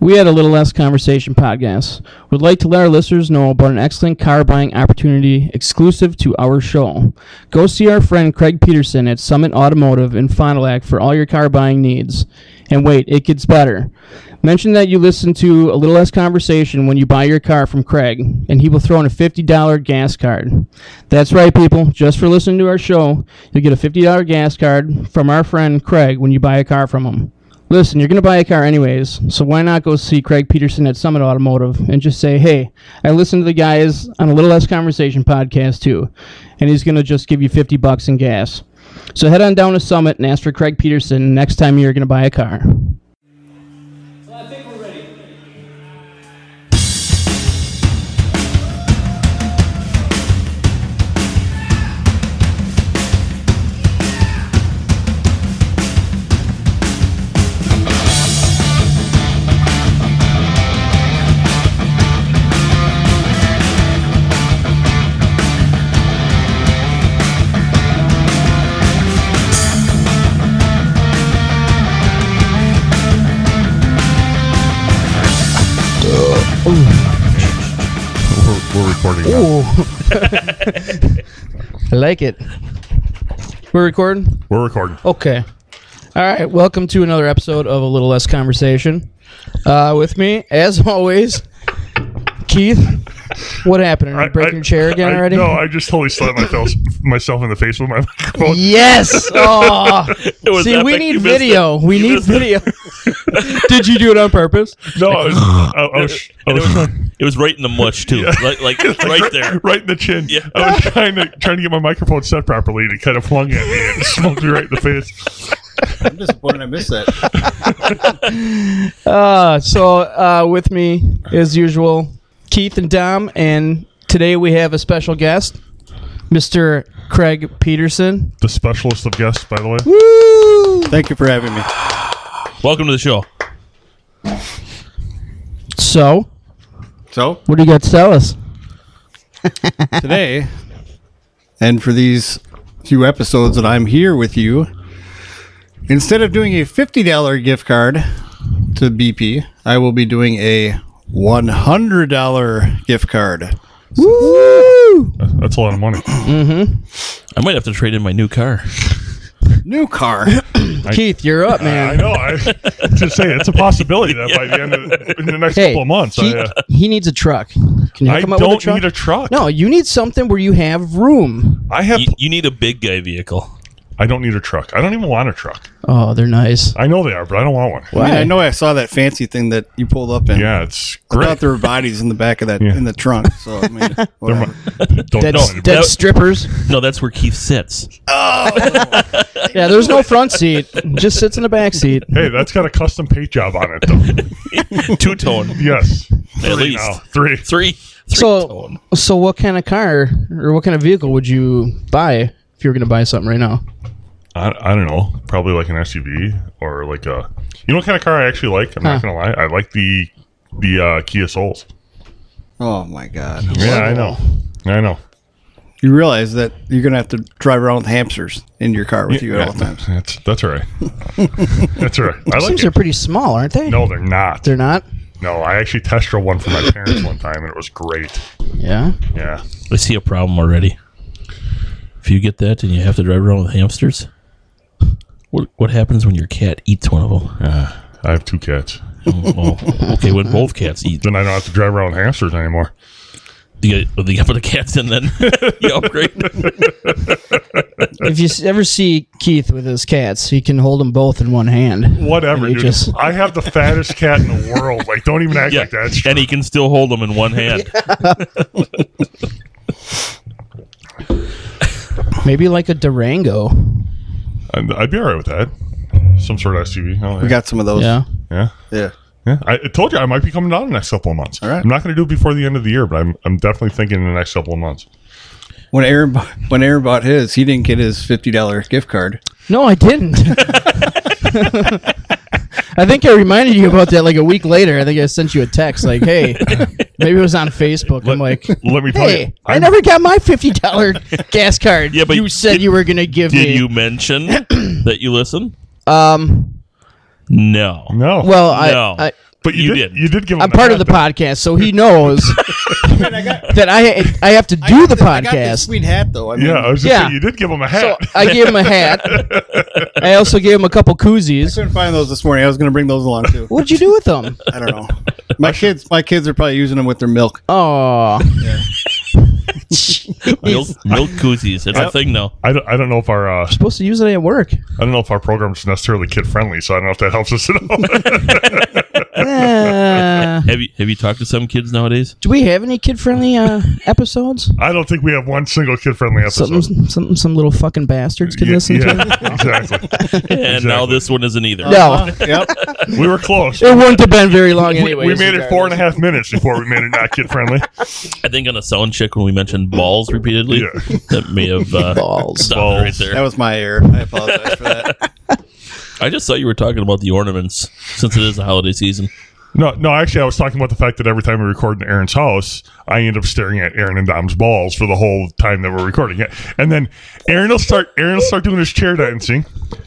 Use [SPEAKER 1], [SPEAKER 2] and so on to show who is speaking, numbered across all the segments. [SPEAKER 1] We had a little less conversation podcast. Would like to let our listeners know about an excellent car buying opportunity exclusive to our show. Go see our friend Craig Peterson at Summit Automotive in Fond du Lac for all your car buying needs. And wait, it gets better. Mention that you listen to a little less conversation when you buy your car from Craig, and he will throw in a $50 gas card. That's right, people. Just for listening to our show, you'll get a $50 gas card from our friend Craig when you buy a car from him. Listen, you're going to buy a car anyways, so why not go see Craig Peterson at Summit Automotive and just say, hey, I listened to the guys on a Little Less Conversation podcast too, and he's going to just give you 50 bucks in gas. So head on down to Summit and ask for Craig Peterson next time you're going to buy a car.
[SPEAKER 2] I think we're ready.
[SPEAKER 3] We're, we're recording now.
[SPEAKER 1] I like it. We're recording?
[SPEAKER 3] We're recording.
[SPEAKER 1] Okay. All right. Welcome to another episode of A Little Less Conversation. Uh, with me, as always, Keith. What happened? Are you breaking your chair again
[SPEAKER 3] I-
[SPEAKER 1] already?
[SPEAKER 3] No, I just totally slapped myself myself in the face with my microphone.
[SPEAKER 1] Yes. Oh.
[SPEAKER 4] was
[SPEAKER 1] See, we
[SPEAKER 4] epic.
[SPEAKER 1] need
[SPEAKER 4] You missed
[SPEAKER 1] video. We
[SPEAKER 4] You
[SPEAKER 1] need
[SPEAKER 4] missed it.
[SPEAKER 1] video. Did you do it on purpose?
[SPEAKER 3] No, I was, I, I was, I
[SPEAKER 4] And it,
[SPEAKER 3] was-
[SPEAKER 4] was, it was right in the mush too, like, Oh. like right there.
[SPEAKER 3] right in the chin.
[SPEAKER 4] Yeah.
[SPEAKER 3] I was trying to trying to get my microphone set properly, and it kind of flung at me and smoked me right in the face.
[SPEAKER 5] I'm disappointed I missed that.
[SPEAKER 1] Uh, so uh, with me, as usual, Keith and Dom, and today we have a special guest, Mr. Craig Peterson.
[SPEAKER 3] The specialist of guests, by the way.
[SPEAKER 1] Woo!
[SPEAKER 5] Thank you for having me.
[SPEAKER 4] Welcome to the show.
[SPEAKER 1] So,
[SPEAKER 5] So
[SPEAKER 1] what do you got to tell us?
[SPEAKER 5] today, and for these few episodes that I'm here with you, instead of doing a fifty dollar gift card to BP, I will be doing a one hundred dollar gift card.
[SPEAKER 1] Woo!
[SPEAKER 3] That's a lot of money.
[SPEAKER 4] I might have to trade in my new car.
[SPEAKER 5] New car.
[SPEAKER 1] Keith, you're up,
[SPEAKER 3] I
[SPEAKER 1] man.
[SPEAKER 3] know. I to say it's a possibility that by the end of in the next
[SPEAKER 1] Hey,
[SPEAKER 3] couple of months,
[SPEAKER 1] he,
[SPEAKER 3] I, uh,
[SPEAKER 1] he needs a truck. Can you
[SPEAKER 3] I
[SPEAKER 1] come up with a
[SPEAKER 3] don't
[SPEAKER 1] truck?
[SPEAKER 3] need a truck.
[SPEAKER 1] no, you need something where you have room.
[SPEAKER 3] I have.
[SPEAKER 4] You, you need a big guy vehicle.
[SPEAKER 3] I don't need a truck. I don't even want a truck.
[SPEAKER 1] Oh, they're nice.
[SPEAKER 3] I know they are, but I don't want one.
[SPEAKER 5] I, mean, I know I saw that fancy thing that you pulled up in.
[SPEAKER 3] Yeah, it's
[SPEAKER 5] I
[SPEAKER 3] great.
[SPEAKER 5] thought there were bodies in the back of that
[SPEAKER 3] Yeah.
[SPEAKER 5] in the trunk. So I mean, whatever.
[SPEAKER 3] don't
[SPEAKER 1] Dead,
[SPEAKER 3] know.
[SPEAKER 1] dead strippers.
[SPEAKER 4] No, that's where Keith sits.
[SPEAKER 1] Yeah, there's no front seat. Just sits in the back seat.
[SPEAKER 3] Hey, that's got a custom paint job on it, though.
[SPEAKER 4] Two tone,
[SPEAKER 3] yes,
[SPEAKER 4] at
[SPEAKER 3] Three
[SPEAKER 4] least
[SPEAKER 3] now. three.
[SPEAKER 4] three. three
[SPEAKER 1] So,
[SPEAKER 4] tone.
[SPEAKER 1] so what kind of car or what kind of vehicle would you buy if you were going to buy something right now?
[SPEAKER 3] I, I don't know. Probably like an SUV or like a. You know what kind of car I actually like? I'm
[SPEAKER 1] Huh.
[SPEAKER 3] not gonna lie. I like the the uh, Kia Souls.
[SPEAKER 5] oh my god!
[SPEAKER 3] Yeah, I know. I know.
[SPEAKER 5] You realize that you're gonna have to drive around with hamsters in your car with you at all times.
[SPEAKER 3] That's that's all right. that's all right. I like
[SPEAKER 1] Seems they're
[SPEAKER 3] it.
[SPEAKER 1] pretty small, aren't they?
[SPEAKER 3] No, they're not.
[SPEAKER 1] they're not.
[SPEAKER 3] no, I actually test drove one for my parents one time, and it was great.
[SPEAKER 1] Yeah.
[SPEAKER 3] Yeah.
[SPEAKER 4] I see a problem already. If you get that and you have to drive around with hamsters, what what happens when your cat eats one of them?
[SPEAKER 3] I have two cats.
[SPEAKER 4] Oh, well, okay, when both cats eat,
[SPEAKER 3] Then I don't have to drive around with hamsters anymore.
[SPEAKER 4] you got you gotta put the cats in. Then you upgrade.
[SPEAKER 3] Uh,
[SPEAKER 1] If you s- ever see Keith with his cats, he can hold them both in one hand.
[SPEAKER 3] Whatever,
[SPEAKER 1] And
[SPEAKER 3] dude.
[SPEAKER 1] he just-
[SPEAKER 3] I have the fattest cat in the world. Like, don't even act
[SPEAKER 4] Yeah,
[SPEAKER 3] like that. It's
[SPEAKER 4] and he can still hold them in one hand.
[SPEAKER 1] Maybe like a Durango.
[SPEAKER 3] I'd, I'd be all right with that. Some sort of SUV. Oh, yeah.
[SPEAKER 5] We got some of those.
[SPEAKER 1] Yeah.
[SPEAKER 3] yeah.
[SPEAKER 5] Yeah.
[SPEAKER 3] Yeah. I, I told you I might be coming down in the next couple of months.
[SPEAKER 5] All right.
[SPEAKER 3] I'm not going to do it before the end of the year, but I'm, I'm definitely thinking in the next couple of months.
[SPEAKER 5] When Aaron bought, when Aaron bought his, he didn't get his fifty dollar gift card.
[SPEAKER 1] No, I didn't. I think I reminded you about that like a week later. I think I sent you a text like, "Hey, maybe it was on Facebook." I'm like,
[SPEAKER 3] Let me tell you.
[SPEAKER 1] "Hey, I
[SPEAKER 3] I'm-
[SPEAKER 1] never got my fifty dollar gas card.
[SPEAKER 4] Yeah, but
[SPEAKER 1] you said
[SPEAKER 4] did-
[SPEAKER 1] you were gonna give
[SPEAKER 4] Did
[SPEAKER 1] me."
[SPEAKER 4] you mention that you listen?
[SPEAKER 1] um.
[SPEAKER 4] No.
[SPEAKER 3] No.
[SPEAKER 1] Well, I,
[SPEAKER 4] No.
[SPEAKER 1] I
[SPEAKER 3] But you,
[SPEAKER 4] You
[SPEAKER 3] did,
[SPEAKER 4] didn't.
[SPEAKER 3] You did give. him
[SPEAKER 1] I'm part of the
[SPEAKER 3] that, though.
[SPEAKER 1] podcast, so he knows that I I have to do the
[SPEAKER 5] I got this
[SPEAKER 1] podcast.
[SPEAKER 5] sweet hat though. I mean,
[SPEAKER 3] Yeah, I was just
[SPEAKER 1] Yeah.
[SPEAKER 3] saying you did give him a
[SPEAKER 1] So
[SPEAKER 3] hat.
[SPEAKER 1] I gave him a hat. I also gave him a couple koozies.
[SPEAKER 5] couldn't find those this morning. I was going to bring those along too.
[SPEAKER 1] What'd you do with them?
[SPEAKER 5] I don't know. My kids, my kids are probably using them with their milk.
[SPEAKER 1] Oh,
[SPEAKER 4] Milk, milk koozies. It's a thing now.
[SPEAKER 3] I, don't, I don't know if our uh,
[SPEAKER 1] supposed to use it at work.
[SPEAKER 3] I don't know if our program's necessarily kid friendly, so I don't know if that helps us at all.
[SPEAKER 1] Uh,
[SPEAKER 4] Have you have you talked to some kids nowadays?
[SPEAKER 1] do we have any kid-friendly uh, episodes?
[SPEAKER 3] I don't think we have one single kid friendly episode.
[SPEAKER 1] Something, some, some little fucking bastards can
[SPEAKER 3] Yeah,
[SPEAKER 1] listen to. it?
[SPEAKER 3] yeah, exactly.
[SPEAKER 4] And now
[SPEAKER 3] Exactly.
[SPEAKER 4] this one isn't either.
[SPEAKER 1] No,
[SPEAKER 5] Uh, Yep.
[SPEAKER 3] We were close.
[SPEAKER 1] it wouldn't have been very long
[SPEAKER 3] We,
[SPEAKER 1] anyway.
[SPEAKER 3] we made it four and a half minutes before we made it not kid friendly.
[SPEAKER 4] I think on a sound check when we mentioned balls repeatedly,
[SPEAKER 3] Yeah.
[SPEAKER 4] that may have uh,
[SPEAKER 1] Balls.
[SPEAKER 4] stopped
[SPEAKER 3] Balls.
[SPEAKER 4] right there.
[SPEAKER 5] That was my error. I apologize for that.
[SPEAKER 4] I just thought you were talking about the ornaments since it is the holiday season.
[SPEAKER 3] No, no. Actually, I was talking about the fact that every time we record in Aaron's house, I end up staring at Aaron and Dom's balls for the whole time that we're recording it, and then Aaron will start. Aaron will start doing his chair dancing,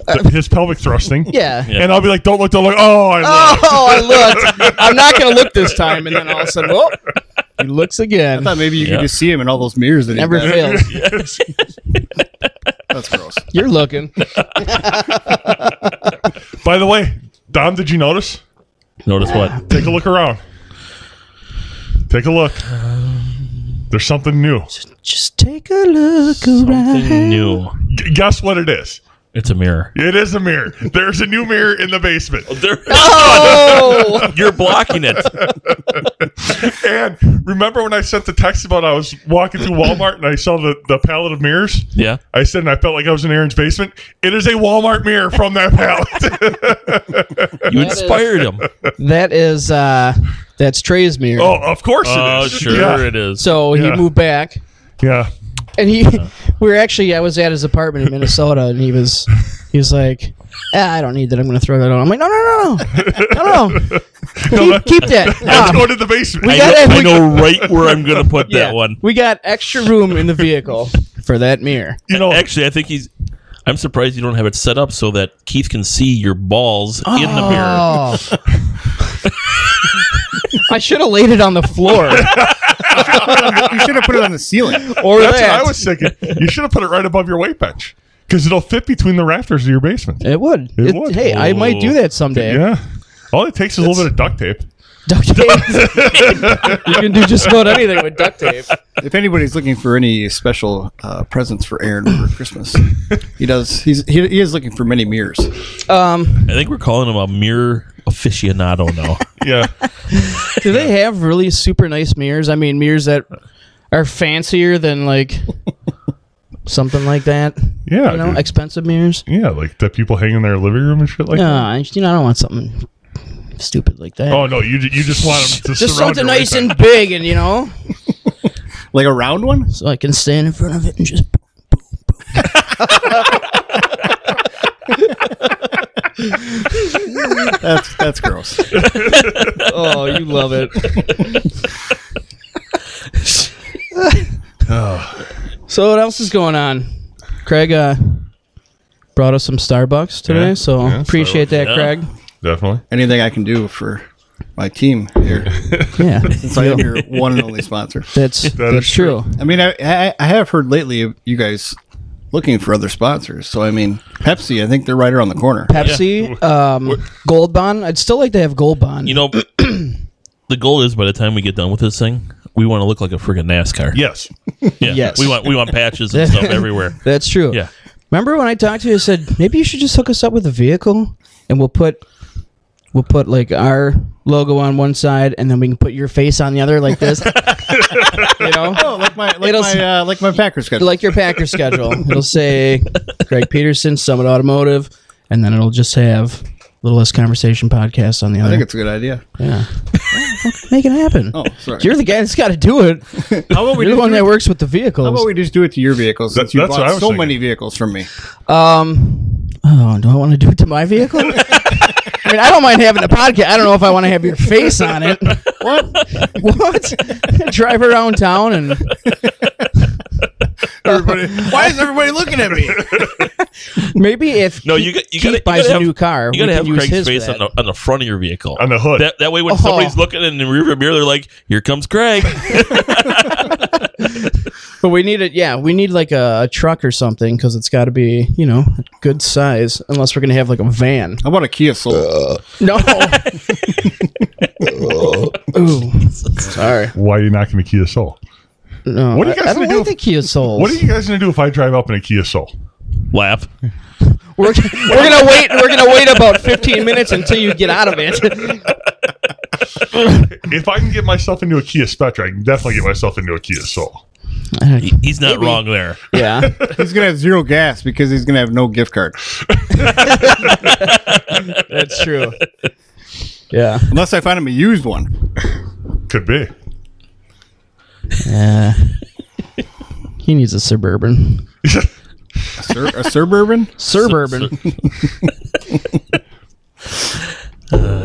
[SPEAKER 3] th- his pelvic thrusting.
[SPEAKER 1] Yeah.
[SPEAKER 3] And I'll be like, "Don't look, don't look." Oh, I
[SPEAKER 1] Oh,
[SPEAKER 3] love.
[SPEAKER 1] I looked. I'm not gonna look this time, and then all of a sudden, whoop, he looks
[SPEAKER 5] I
[SPEAKER 1] again.
[SPEAKER 5] thought maybe you
[SPEAKER 4] Yeah.
[SPEAKER 5] could just see him in all those mirrors. That he's
[SPEAKER 1] Never
[SPEAKER 5] got.
[SPEAKER 1] fails.
[SPEAKER 5] That's gross.
[SPEAKER 1] You're looking.
[SPEAKER 3] By the way, Dom, did you notice?
[SPEAKER 4] Notice what?
[SPEAKER 3] Take a look around. Take a look. There's something new.
[SPEAKER 1] Just take a look
[SPEAKER 4] Something new.
[SPEAKER 3] G- guess what it is?
[SPEAKER 4] It's a mirror.
[SPEAKER 3] It is a mirror. There's a new mirror in the basement.
[SPEAKER 4] There-
[SPEAKER 1] Oh,
[SPEAKER 4] You're blocking it.
[SPEAKER 3] And remember when I sent the text about I was walking through Walmart and I saw the, the pallet of mirrors?
[SPEAKER 4] Yeah.
[SPEAKER 3] I said, and I felt like I was in Aaron's basement. It is a Walmart mirror from that pallet.
[SPEAKER 4] You
[SPEAKER 1] is-
[SPEAKER 4] inspired him.
[SPEAKER 1] that is uh, that's Trey's mirror.
[SPEAKER 3] oh, of course
[SPEAKER 4] Oh,
[SPEAKER 3] it is.
[SPEAKER 4] sure
[SPEAKER 3] Yeah.
[SPEAKER 4] it is.
[SPEAKER 1] so
[SPEAKER 3] yeah.
[SPEAKER 1] he moved back,
[SPEAKER 3] yeah.
[SPEAKER 1] and he
[SPEAKER 3] Uh-huh.
[SPEAKER 1] we were actually I was at his apartment in Minnesota, and he was he was like, ah, I don't need that. I'm gonna throw that on. I'm like, no, no, no, no, no, no. Keep, keep that.
[SPEAKER 3] Let's
[SPEAKER 1] Ah,
[SPEAKER 3] go to the basement.
[SPEAKER 1] We
[SPEAKER 4] I,
[SPEAKER 1] got it.
[SPEAKER 4] know, I
[SPEAKER 1] We-
[SPEAKER 4] know right where I'm going to put
[SPEAKER 1] yeah.
[SPEAKER 4] that one.
[SPEAKER 1] We got extra room in the vehicle for that mirror.
[SPEAKER 3] you know,
[SPEAKER 4] Actually, I think he's. I'm surprised you don't have it set up so that Keith can see your balls in the mirror.
[SPEAKER 1] Oh. I should have laid it on the floor
[SPEAKER 5] You should have put it on the ceiling.
[SPEAKER 1] or
[SPEAKER 3] that's
[SPEAKER 1] that.
[SPEAKER 3] what I was thinking. You should have put it right above your weight bench because it'll fit between the rafters of your basement.
[SPEAKER 1] It would.
[SPEAKER 3] It would. Oh.
[SPEAKER 1] Hey, I might do that someday.
[SPEAKER 3] Yeah. All it takes is a little bit of duct tape.
[SPEAKER 1] Duct tape. you can do just about anything with duct tape.
[SPEAKER 5] If anybody's looking for any special uh, presents for Aaron for Christmas, he does. He's he, he is looking for many mirrors.
[SPEAKER 1] Um,
[SPEAKER 4] I think we're calling him a mirror aficionado now.
[SPEAKER 3] Yeah.
[SPEAKER 1] do they have really super nice mirrors? I mean, mirrors that are fancier than like something like that.
[SPEAKER 3] Yeah.
[SPEAKER 1] You know,
[SPEAKER 3] dude.
[SPEAKER 1] expensive mirrors.
[SPEAKER 3] yeah, like that people hang in their living room and shit like
[SPEAKER 1] No,
[SPEAKER 3] that.
[SPEAKER 1] I, you know, I don't want something stupid like that.
[SPEAKER 3] Oh no, you ju- you just want them to
[SPEAKER 1] just
[SPEAKER 3] surround
[SPEAKER 1] something
[SPEAKER 3] your
[SPEAKER 1] nice
[SPEAKER 3] waistline.
[SPEAKER 1] and big, and you know,
[SPEAKER 5] Like a round one.
[SPEAKER 1] so I can stand in front of it and just.
[SPEAKER 5] That's that's gross.
[SPEAKER 1] Oh, you love it. So what else is going on? Craig uh, brought us some Starbucks today,
[SPEAKER 3] Yeah,
[SPEAKER 1] so
[SPEAKER 3] yeah,
[SPEAKER 1] appreciate that,
[SPEAKER 4] yeah.
[SPEAKER 1] Craig.
[SPEAKER 3] Definitely.
[SPEAKER 5] Anything I can do for my team here,
[SPEAKER 1] Yeah,
[SPEAKER 5] since I am your one and only sponsor.
[SPEAKER 1] that's that's
[SPEAKER 3] is
[SPEAKER 1] true.
[SPEAKER 5] I mean, I, I I have heard lately of you guys looking for other sponsors. So I mean, Pepsi. I think they're right around the corner.
[SPEAKER 1] Pepsi, um, Gold Bond. I'd still like to have Gold Bond.
[SPEAKER 4] You know, the goal is by the time we get done with this thing, we want to look like a friggin' NASCAR.
[SPEAKER 3] Yes.
[SPEAKER 4] Yeah.
[SPEAKER 1] Yes.
[SPEAKER 4] We want we want patches and stuff everywhere.
[SPEAKER 1] that's true.
[SPEAKER 4] Yeah.
[SPEAKER 1] Remember when I talked to you? I said maybe you should just hook us up with a vehicle, and we'll put we'll put like our logo on one side, and then we can put your face on the other, like this. you know,
[SPEAKER 5] Oh, like my like
[SPEAKER 1] It'll
[SPEAKER 5] my
[SPEAKER 1] s-
[SPEAKER 5] uh, like my Packers schedule.
[SPEAKER 1] like your Packer schedule. It'll say Greg Peterson, Summit Automotive, and then it'll just have Little Less Conversation podcast on the
[SPEAKER 5] I
[SPEAKER 1] other.
[SPEAKER 5] think it's a good idea.
[SPEAKER 1] yeah. Make it happen.
[SPEAKER 5] Oh, sorry.
[SPEAKER 1] You're the guy that's got to do it.
[SPEAKER 5] How about we
[SPEAKER 1] You're the
[SPEAKER 5] just
[SPEAKER 1] one
[SPEAKER 5] do
[SPEAKER 1] that
[SPEAKER 5] it-
[SPEAKER 1] works with the
[SPEAKER 5] How
[SPEAKER 1] vehicles.
[SPEAKER 5] about we just do it to your vehicles
[SPEAKER 3] That-
[SPEAKER 5] since you
[SPEAKER 3] that's what I
[SPEAKER 5] bought so
[SPEAKER 3] was thinking.
[SPEAKER 5] many vehicles from me?
[SPEAKER 1] um, oh, do I want to do it to my vehicle? I mean, I don't mind having a podcast. I don't know if I want to have your face on it.
[SPEAKER 5] What?
[SPEAKER 1] What? Drive around town and
[SPEAKER 5] Everybody, why is everybody looking at me?
[SPEAKER 1] Maybe if
[SPEAKER 4] No,
[SPEAKER 1] Keith-
[SPEAKER 4] you got you
[SPEAKER 1] Keith
[SPEAKER 4] got to
[SPEAKER 1] buys
[SPEAKER 4] have,
[SPEAKER 1] a new car,
[SPEAKER 4] You
[SPEAKER 1] we
[SPEAKER 4] got to
[SPEAKER 1] can
[SPEAKER 4] have
[SPEAKER 1] use
[SPEAKER 4] Craig's
[SPEAKER 1] his for
[SPEAKER 4] face on
[SPEAKER 1] that.
[SPEAKER 4] the, on the front of your vehicle.
[SPEAKER 3] On the hood.
[SPEAKER 4] That that way, when
[SPEAKER 1] Oh.
[SPEAKER 4] somebody's looking in the rearview mirror, they're like, "Here comes Craig."
[SPEAKER 1] But we need it. Yeah, we need like a, a truck or something because it's got to be you know a good size. Unless we're gonna have like a van.
[SPEAKER 5] How about a Kia Soul?
[SPEAKER 1] No. Oh. Ooh, sorry.
[SPEAKER 3] Why are you not going to Kia Soul?
[SPEAKER 1] No,
[SPEAKER 3] What are you
[SPEAKER 1] I-
[SPEAKER 3] guys
[SPEAKER 1] I, don't
[SPEAKER 3] gonna do
[SPEAKER 1] like
[SPEAKER 3] if-
[SPEAKER 1] the Kia Souls.
[SPEAKER 3] What are you guys going to do if I drive up in a Kia Soul?
[SPEAKER 4] Laugh.
[SPEAKER 1] We're, we're gonna wait. We're gonna wait about fifteen minutes until you get out of it.
[SPEAKER 3] If I can get myself into a Kia Spectra, I can definitely get myself into a Kia Soul.
[SPEAKER 4] He- he's not wrong there.
[SPEAKER 1] yeah.
[SPEAKER 5] He's gonna have zero gas because he's gonna have no gift card
[SPEAKER 1] That's true. Yeah.
[SPEAKER 5] unless I find him a used one.
[SPEAKER 3] Could be.
[SPEAKER 1] Yeah. he needs a suburban.
[SPEAKER 5] A, sur- a suburban?
[SPEAKER 1] Suburban.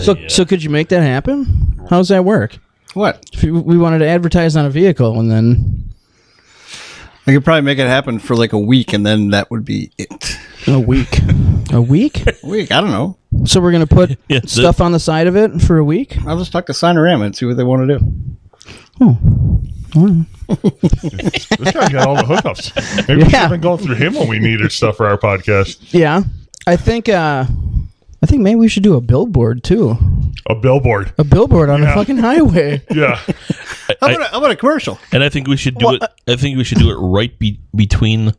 [SPEAKER 1] so, so could you make that happen? How does that work?
[SPEAKER 5] What?
[SPEAKER 1] If you- we wanted to advertise on a vehicle, and then
[SPEAKER 5] I could probably make it happen for like a week, and then that would be it.
[SPEAKER 1] a week, a week.
[SPEAKER 5] A week? I don't know.
[SPEAKER 1] So we're gonna put
[SPEAKER 4] Yeah,
[SPEAKER 1] stuff on the side of it for a week.
[SPEAKER 5] I'll just talk to Sonorama and see what they want to do.
[SPEAKER 3] This guy got all the hookups. Maybe we should
[SPEAKER 1] Yeah.
[SPEAKER 3] have been going through him when we needed stuff for our podcast.
[SPEAKER 1] Yeah, I think. uh I think maybe we should do a billboard too.
[SPEAKER 3] A billboard.
[SPEAKER 1] A billboard on a
[SPEAKER 3] Yeah.
[SPEAKER 1] fucking highway.
[SPEAKER 3] Yeah.
[SPEAKER 5] How about, a, uh, how about a commercial?
[SPEAKER 4] And I think we should do
[SPEAKER 1] Well,
[SPEAKER 4] it. I think we should do it right be, between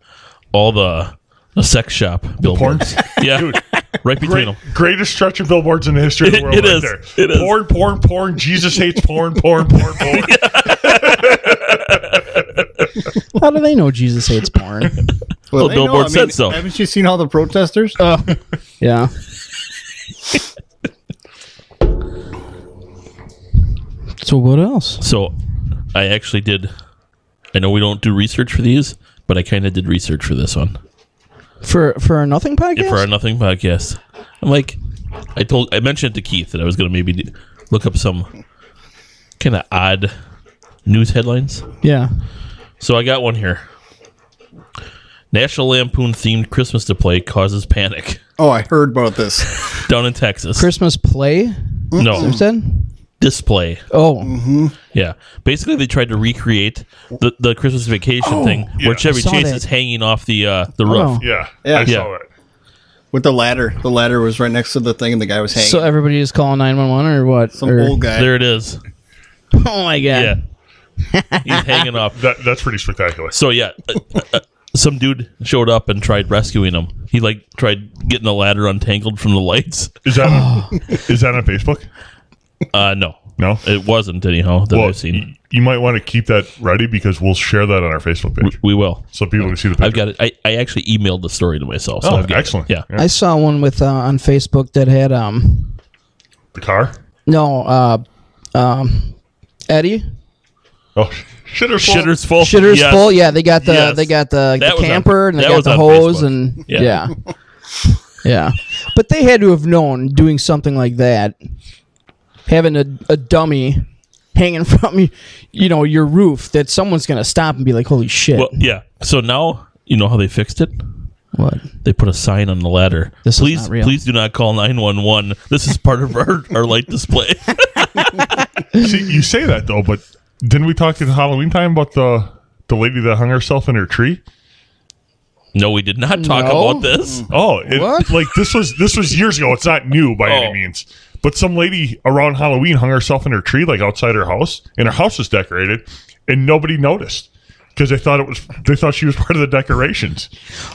[SPEAKER 4] all the the sex shop billboards. yeah,
[SPEAKER 3] Dude.
[SPEAKER 4] right between
[SPEAKER 3] Great-
[SPEAKER 4] them.
[SPEAKER 3] greatest stretch of billboards in the history of the world.
[SPEAKER 4] It
[SPEAKER 3] right
[SPEAKER 4] is.
[SPEAKER 3] There.
[SPEAKER 4] It is.
[SPEAKER 3] Porn, porn, porn. Jesus hates porn, porn, porn, porn.
[SPEAKER 1] How do they know Jesus hates porn?
[SPEAKER 5] Well,
[SPEAKER 4] they know, Billboard I mean, said so. Uh,
[SPEAKER 5] Haven't you seen all the protesters?
[SPEAKER 1] Yeah. so what else?
[SPEAKER 4] So I actually did. I know we don't do research for these, but I kind of did research for this one
[SPEAKER 1] For for a nothing podcast?
[SPEAKER 4] and for our Nothing podcast. I'm like, I told, I mentioned to Keith that I was going to maybe do, look up some kind of odd news headlines.
[SPEAKER 1] yeah.
[SPEAKER 4] So I got one here. National Lampoon themed Christmas display causes panic
[SPEAKER 5] oh, I heard about this.
[SPEAKER 4] down in Texas.
[SPEAKER 1] Christmas play
[SPEAKER 4] no
[SPEAKER 5] Mm-hmm.
[SPEAKER 1] said?
[SPEAKER 4] display.
[SPEAKER 1] Oh.
[SPEAKER 4] Yeah, basically they tried to recreate the, the Christmas vacation thing
[SPEAKER 3] Oh, yeah.
[SPEAKER 4] where Chevy
[SPEAKER 1] I saw
[SPEAKER 4] Chase
[SPEAKER 1] that.
[SPEAKER 4] is hanging off the uh, the roof.
[SPEAKER 1] Oh.
[SPEAKER 3] Yeah.
[SPEAKER 5] Yeah.
[SPEAKER 3] I
[SPEAKER 5] Yeah.
[SPEAKER 3] saw it.
[SPEAKER 5] With the ladder. The ladder was right next to the thing, and the guy was hanging.
[SPEAKER 1] So everybody is calling 911 or what?
[SPEAKER 5] Some
[SPEAKER 1] Or-
[SPEAKER 5] old guy.
[SPEAKER 4] There it is.
[SPEAKER 1] Oh my god.
[SPEAKER 4] Yeah, he's hanging off.
[SPEAKER 3] That, that's pretty spectacular.
[SPEAKER 4] So yeah, uh, uh, some dude showed up and tried rescuing him. He like tried getting the ladder untangled from the lights.
[SPEAKER 3] Is that on, is that on Facebook?
[SPEAKER 4] Uh, no,
[SPEAKER 3] No.
[SPEAKER 4] it wasn't anyhow that
[SPEAKER 3] Well,
[SPEAKER 4] I've seen.
[SPEAKER 3] y- you might want to keep that ready because we'll share that on our Facebook page
[SPEAKER 4] We will.
[SPEAKER 3] so people can see the picture.
[SPEAKER 4] I've got it. I, I actually emailed the story to myself. So
[SPEAKER 3] Oh,
[SPEAKER 4] I've got it.
[SPEAKER 3] excellent.
[SPEAKER 4] Yeah.
[SPEAKER 1] I saw one with uh, on Facebook that had um
[SPEAKER 3] The car?
[SPEAKER 1] no uh um Eddie
[SPEAKER 3] Oh, shitters. full.
[SPEAKER 4] Shitter's full.
[SPEAKER 1] shitters
[SPEAKER 4] Yes.
[SPEAKER 1] full yeah they got the
[SPEAKER 4] Yes.
[SPEAKER 1] they got the,
[SPEAKER 4] That
[SPEAKER 1] the
[SPEAKER 4] was on-
[SPEAKER 1] camper and they
[SPEAKER 4] that
[SPEAKER 1] got
[SPEAKER 4] was
[SPEAKER 1] the
[SPEAKER 4] on
[SPEAKER 1] hose
[SPEAKER 4] Facebook.
[SPEAKER 1] and
[SPEAKER 4] Yeah.
[SPEAKER 1] yeah yeah but they had to have known doing something like that having a, a dummy hanging from you you know your roof that someone's gonna stop and be like holy shit
[SPEAKER 4] Well, yeah. So now you know how they fixed it.
[SPEAKER 1] what
[SPEAKER 4] They put a sign on the ladder.
[SPEAKER 1] This is
[SPEAKER 4] please,
[SPEAKER 1] not real.
[SPEAKER 4] please do not call nine one one. This is part of our, our light display.
[SPEAKER 3] See, you say that though, but didn't we talk in Halloween time about the the lady that hung herself in her tree?
[SPEAKER 4] no, we did not talk
[SPEAKER 1] No?
[SPEAKER 4] about this.
[SPEAKER 3] Oh, it,
[SPEAKER 1] What?
[SPEAKER 3] like this was this was years ago. It's not new by
[SPEAKER 4] Oh.
[SPEAKER 3] any means. But some lady around Halloween hung herself in her tree, like outside her house, and her house was decorated, and nobody noticed because they thought it was they thought she was part of the decorations.